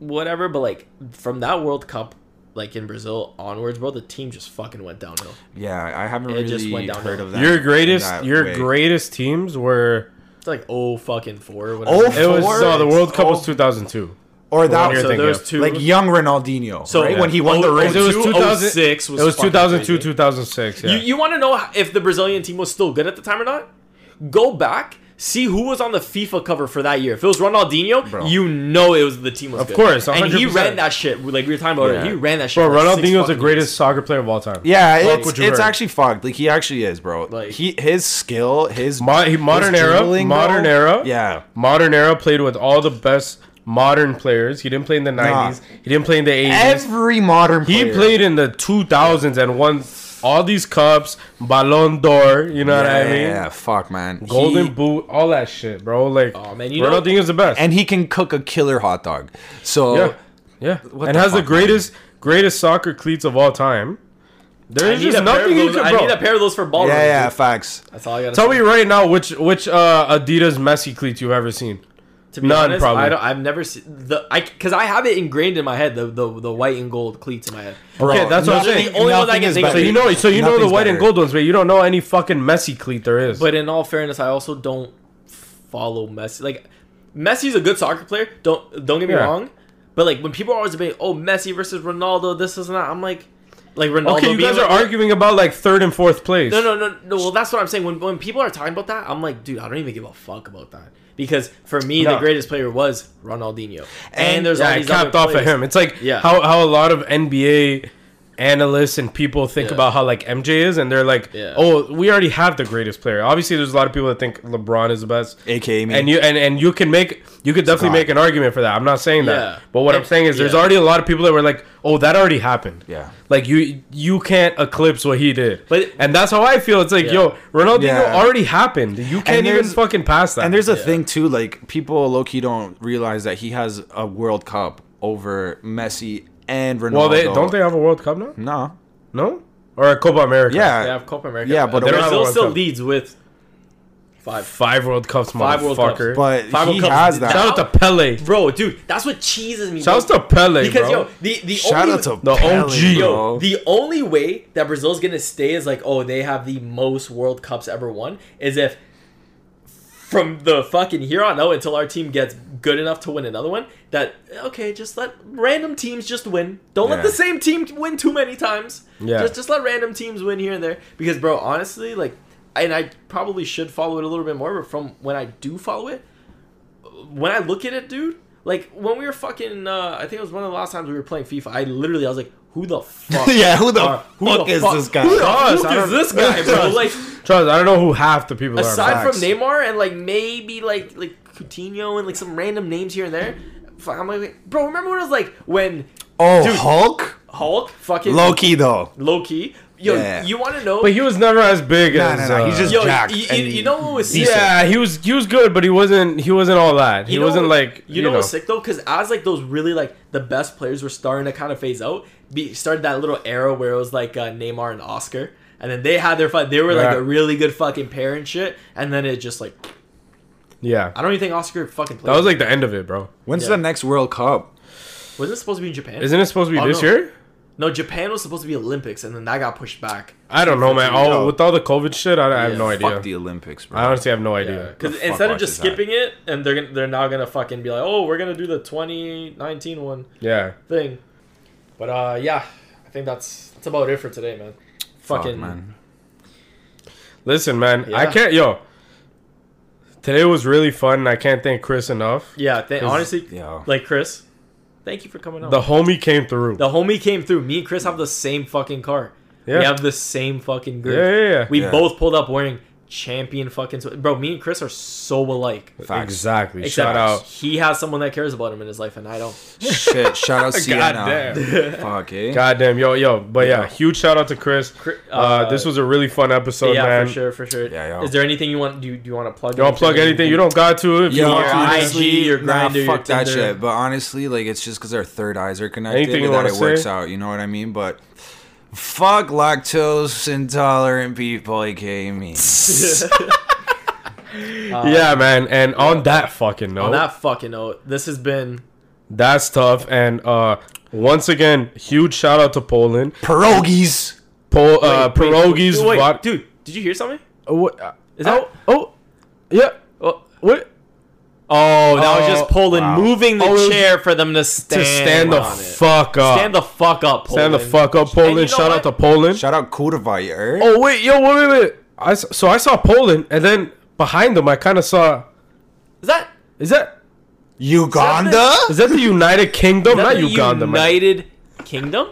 whatever but like from that world cup like in brazil onwards bro the team just fucking went downhill
Yeah, I haven't
It
really
just went downhill.
heard of that.
Your greatest,
that
your
way.
greatest teams were.
it's like oh fucking four or
Oh,
whatever
It was
Four?
no, the World Cup
Oh.
was 2002.
or that
one
was
you're
so
thinking
there's
of.
two
like young Ronaldinho.
So-
right?
Yeah.
when he won the
Oh,
ring.
It was
02,
2000
06 was
It was
fucking
2002,
crazy.
2006. Yeah.
You, you want to know if the Brazilian team was still good at the time or not? Go back, see who was on the FIFA cover for that year. If it was Ronaldinho,
Bro.
you know it was the team was
Of
good.
course,
and he
100%.
ran that shit. Like we were talking about,
Yeah.
he ran that shit.
bro,
for like six
Ronaldinho's the
fucking
greatest
years.
soccer player of all time.
yeah,
what
it's,
you
it's
heard.
actually fucked. Like he actually is, bro. Like
Like-
he his skill, his
Mo- he-
his
modern era,
dribbling,
modern
bro.
era.
Yeah,
Modern era played with all the best modern players. He didn't play in the 90s. He didn't play in the 80s.
every modern
He
player.
played in the 2000s and won all these cups, Ballon d'Or, you know
Yeah,
what I mean?
fuck man,
Golden
He-
Boot, all that shit, bro. Like,
Aw, Oh, man, you know- Oh,
Ronaldinho's the best.
and he can cook a killer hot dog. So
yeah, yeah.
What
and
the
has the
fuck,
greatest greatest soccer cleats of all time.
I
There's
need,
just
a pair of
nothing you
those,
can,
I
bro.
need a pair of those for ball.
yeah,
runners,
yeah,
dude.
facts.
That's all I gotta
Tell me
say.
right now which which uh, Adidas Messi cleats you've ever seen.
to be
none,
honest,
probably.
I don't, I've never seen the I because I have it ingrained in my head the, the the white and gold cleats in my head.
Okay, that's what I'm
nothing-
saying.
only one I
nothing
can
is
think of.
So you know, so you know the
Nothing's
white and
better.
gold ones, but you don't know any fucking Messi cleat there is.
But in all fairness, I also don't follow Messi. Like Messi's a good soccer player. Don't don't get me
Yeah.
wrong. But like when people are always debating, oh Messi versus Ronaldo, this is not. I'm like, like Ronaldo.
Okay, you
being
guys are
like-
arguing about like third and fourth place.
No, no, no, no. Well, that's what I'm saying. When, when people are talking about that, I'm like, dude, I don't even give a fuck about that. Because for me,
No.
the greatest player was Ronaldinho, and,
And-
there's all
Yeah, it
these
capped
other
off at
players.
him. It's like
Yeah.
how, how a lot of NBA analysts and people think
Yeah.
about how like MJ is, and they're like,
Yeah.
oh, we already have the greatest player. Obviously, there's a lot of people that think LeBron is the best.
AKA me.
And you and, and you can make you could definitely
God.
make an argument for that. I'm not saying that,
Yeah.
but what
And-
I'm saying is there's
yeah.
already a lot of people that were like, oh, that already happened.
Yeah.
Like you you can't eclipse what he did.
But-
and that's how I feel. It's like,
Yeah.
yo, Ronaldinho
Yeah.
already happened. You can't even
there's-
fucking pass that.
And there's a
Yeah.
thing too, like people low key don't realize that he has a World Cup over Messi and Ronaldo.
well, they don't they have a World Cup now?
No.
No, or a Copa America?
Yeah.
They have Copa America.
Yeah, but
Uh,
they don't
have a
Brazil
World
still
Cup.
leads with five.
Five World Cups,
Five World
motherfucker.
But
Five World
he
Cups.
has that.
Shout out to Pele.
Bro, dude, that's what cheeses me.
Shout out
bro.
to Pele,
because
bro.
yo, the the
Shout
only,
out to
the
Pele,
OG.
bro.
Yo, the only way that Brazil's gonna stay is like, oh, they have the most World Cups ever won, is if from the fucking here on out until our team gets good enough to win another one, that okay, just let random teams just win. Don't let
Yeah.
the same team win too many times.
Yeah.
Just just let random teams win here and there. Because bro, honestly, like and I probably should follow it a little bit more, but from when I do follow it, when I look at it, dude, like when we were fucking, uh, I think it was one of the last times we were playing FIFA. I literally, I was like, who the fuck?
Yeah, who the
are-
fuck is this guy?
Who the
Us, I
fuck
don't-
is this guy, bro? Like,
Charles, I don't know who half the people are.
aside
bro.
from Neymar and like maybe like like Coutinho and like some random names here and there. Fuck, I'm like, bro, remember when it was like when
Oh,
Dude.
Hulk?
Hulk fucking
Low key though.
low key. Yo,
Yeah.
you want to know?
But he was never as big
Nah,
as.
nah, nah, he's
uh,
just-
yo,
jacked
you, you,
and
you know what was sick?
Yeah, he was he was good, but he wasn't he wasn't all that. He
You know-
wasn't like
you, know, what's sick though, because as like those really like the best players were starting to kind of phase out, be, started that little era where it was like uh, Neymar and Oscar, and then they had their fight. They were like
Yeah.
a really good fucking pair and shit, and then it just like
yeah.
I don't even think Oscar fucking played.
That was like the end of it, bro.
When's
Yeah.
the next World Cup?
wasn't it supposed to be in Japan?
Isn't it supposed to be
Oh,
this
no.
year?
no, Japan was supposed to be Olympics, and then that got pushed back.
I don't know, man. All
Yo.
with all the COVID shit, I, I have
Yeah.
no idea.
Fuck the Olympics, bro.
I honestly have no idea.
Because
The fuck
instead of just
watches that?
skipping it, and they're gonna, they're now gonna fucking be like, oh, we're gonna do the 2019 one
Yeah.
thing. But uh, yeah, I think that's that's about it for today, man.
Fuck,
Fucking
man.
Listen, man, I
Yeah.
can't. Yo, today was really fun. and I can't thank Chris enough.
Yeah, th- honestly,
Yo.
like Chris, thank you for coming on.
The
The,
homie came through.
homie came through. Me and Chris have the same fucking car.
Yeah.
We have the same fucking group.
Yeah, yeah, yeah.
We
Yeah.
both pulled up wearing champion fucking. sw- Bro, me and Chris are so alike.
Facts.
Exactly.
Except
Shout out.
he has someone that cares about him in his life, and I don't.
Shit, shout out Sienna.
Goddamn.
Fuck, eh?
Goddamn. Yo, yo. But yeah, huge shout out to Chris.
Chri-
Uh,
uh,
this was a really fun episode,
yeah,
man.
for sure, for sure.
Yeah, yo.
Is there anything you want? Do you, do you want to plug?
Don't plug anything. You don't got to. If you
Yo,
want to.
your IG,
honestly,
your Grindr,
nah, fuck
your
that
Tinder.
shit. But honestly, like it's just because our third eyes are connected
Anything you
that
wanna
it works
say?
out. You know what I mean? But fuck lactose intolerant people, aka me.
yeah, man. And on that fucking note,
Uh, On that fucking note, this has been.
that's tough. And uh, once again, huge shout out to Poland.
Pierogies.
Pol- uh,
Wait,
pierogies.
Dude, wait,
vod-
dude, did you hear something?
Uh, what- uh,
Is that?
oh, yeah.
Oh,
What?
Oh, that was
Oh,
just Poland
wow.
moving the
Oh, it was-
chair for them to stand,
To stand the
on it.
fuck up.
Stand the fuck up, Poland.
Stand the fuck up,
you
Poland.
know
shout out
what?
to Poland.
Shout out eh? Kurva, you heard?
oh wait, yo, wait, wait, wait. I s- so I saw Poland, and then behind them, I kind of saw.
Is that
Is that
Uganda?
is that the United Kingdom?
that
Not
the
Uganda, man.
United Kingdom?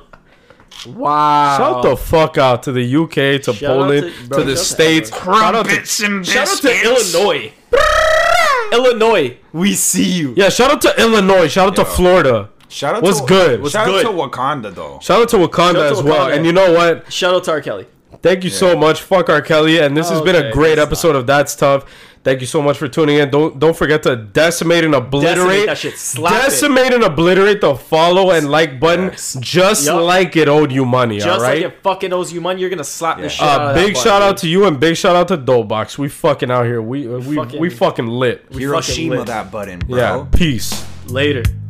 Wow.
Shout the fuck out to the UK, to
Shout out
Poland,
to-
to, the
bro, shout out to
states. Shout out to
and
Shout out to Illinois. Illinois, we see you.
yeah, shout out to Illinois. Shout out to
Yo.
Florida.
Shout out
What's
to,
good? What's
shout
good?
out to Wakanda though.
Shout out to Wakanda
Shout out to
as well.
Wakanda.
And you know what?
Shout out to R. Kelly.
Thank you so much. Fuck R. Kelly. And this has been
Okay,
a great
Oh, that's
episode of That's Tough. Thank you so much for tuning in. Don't don't forget to decimate and obliterate.
Decimate that shit. Slap it.
Decimate and obliterate the follow and like button.
Yes.
Just
Yup.
like it owed you money,
Just
alright?
like it fucking owes you money, you're gonna slap the
Yeah.
shit out
uh,
of
big
that
shout
button,
out to you and big shout out to Doughbox. We fucking out here. We uh, we
Fucking-
we fucking lit.
fucking
Hiroshima
lit.
that button, bro.
yeah. Peace.
dude. Later.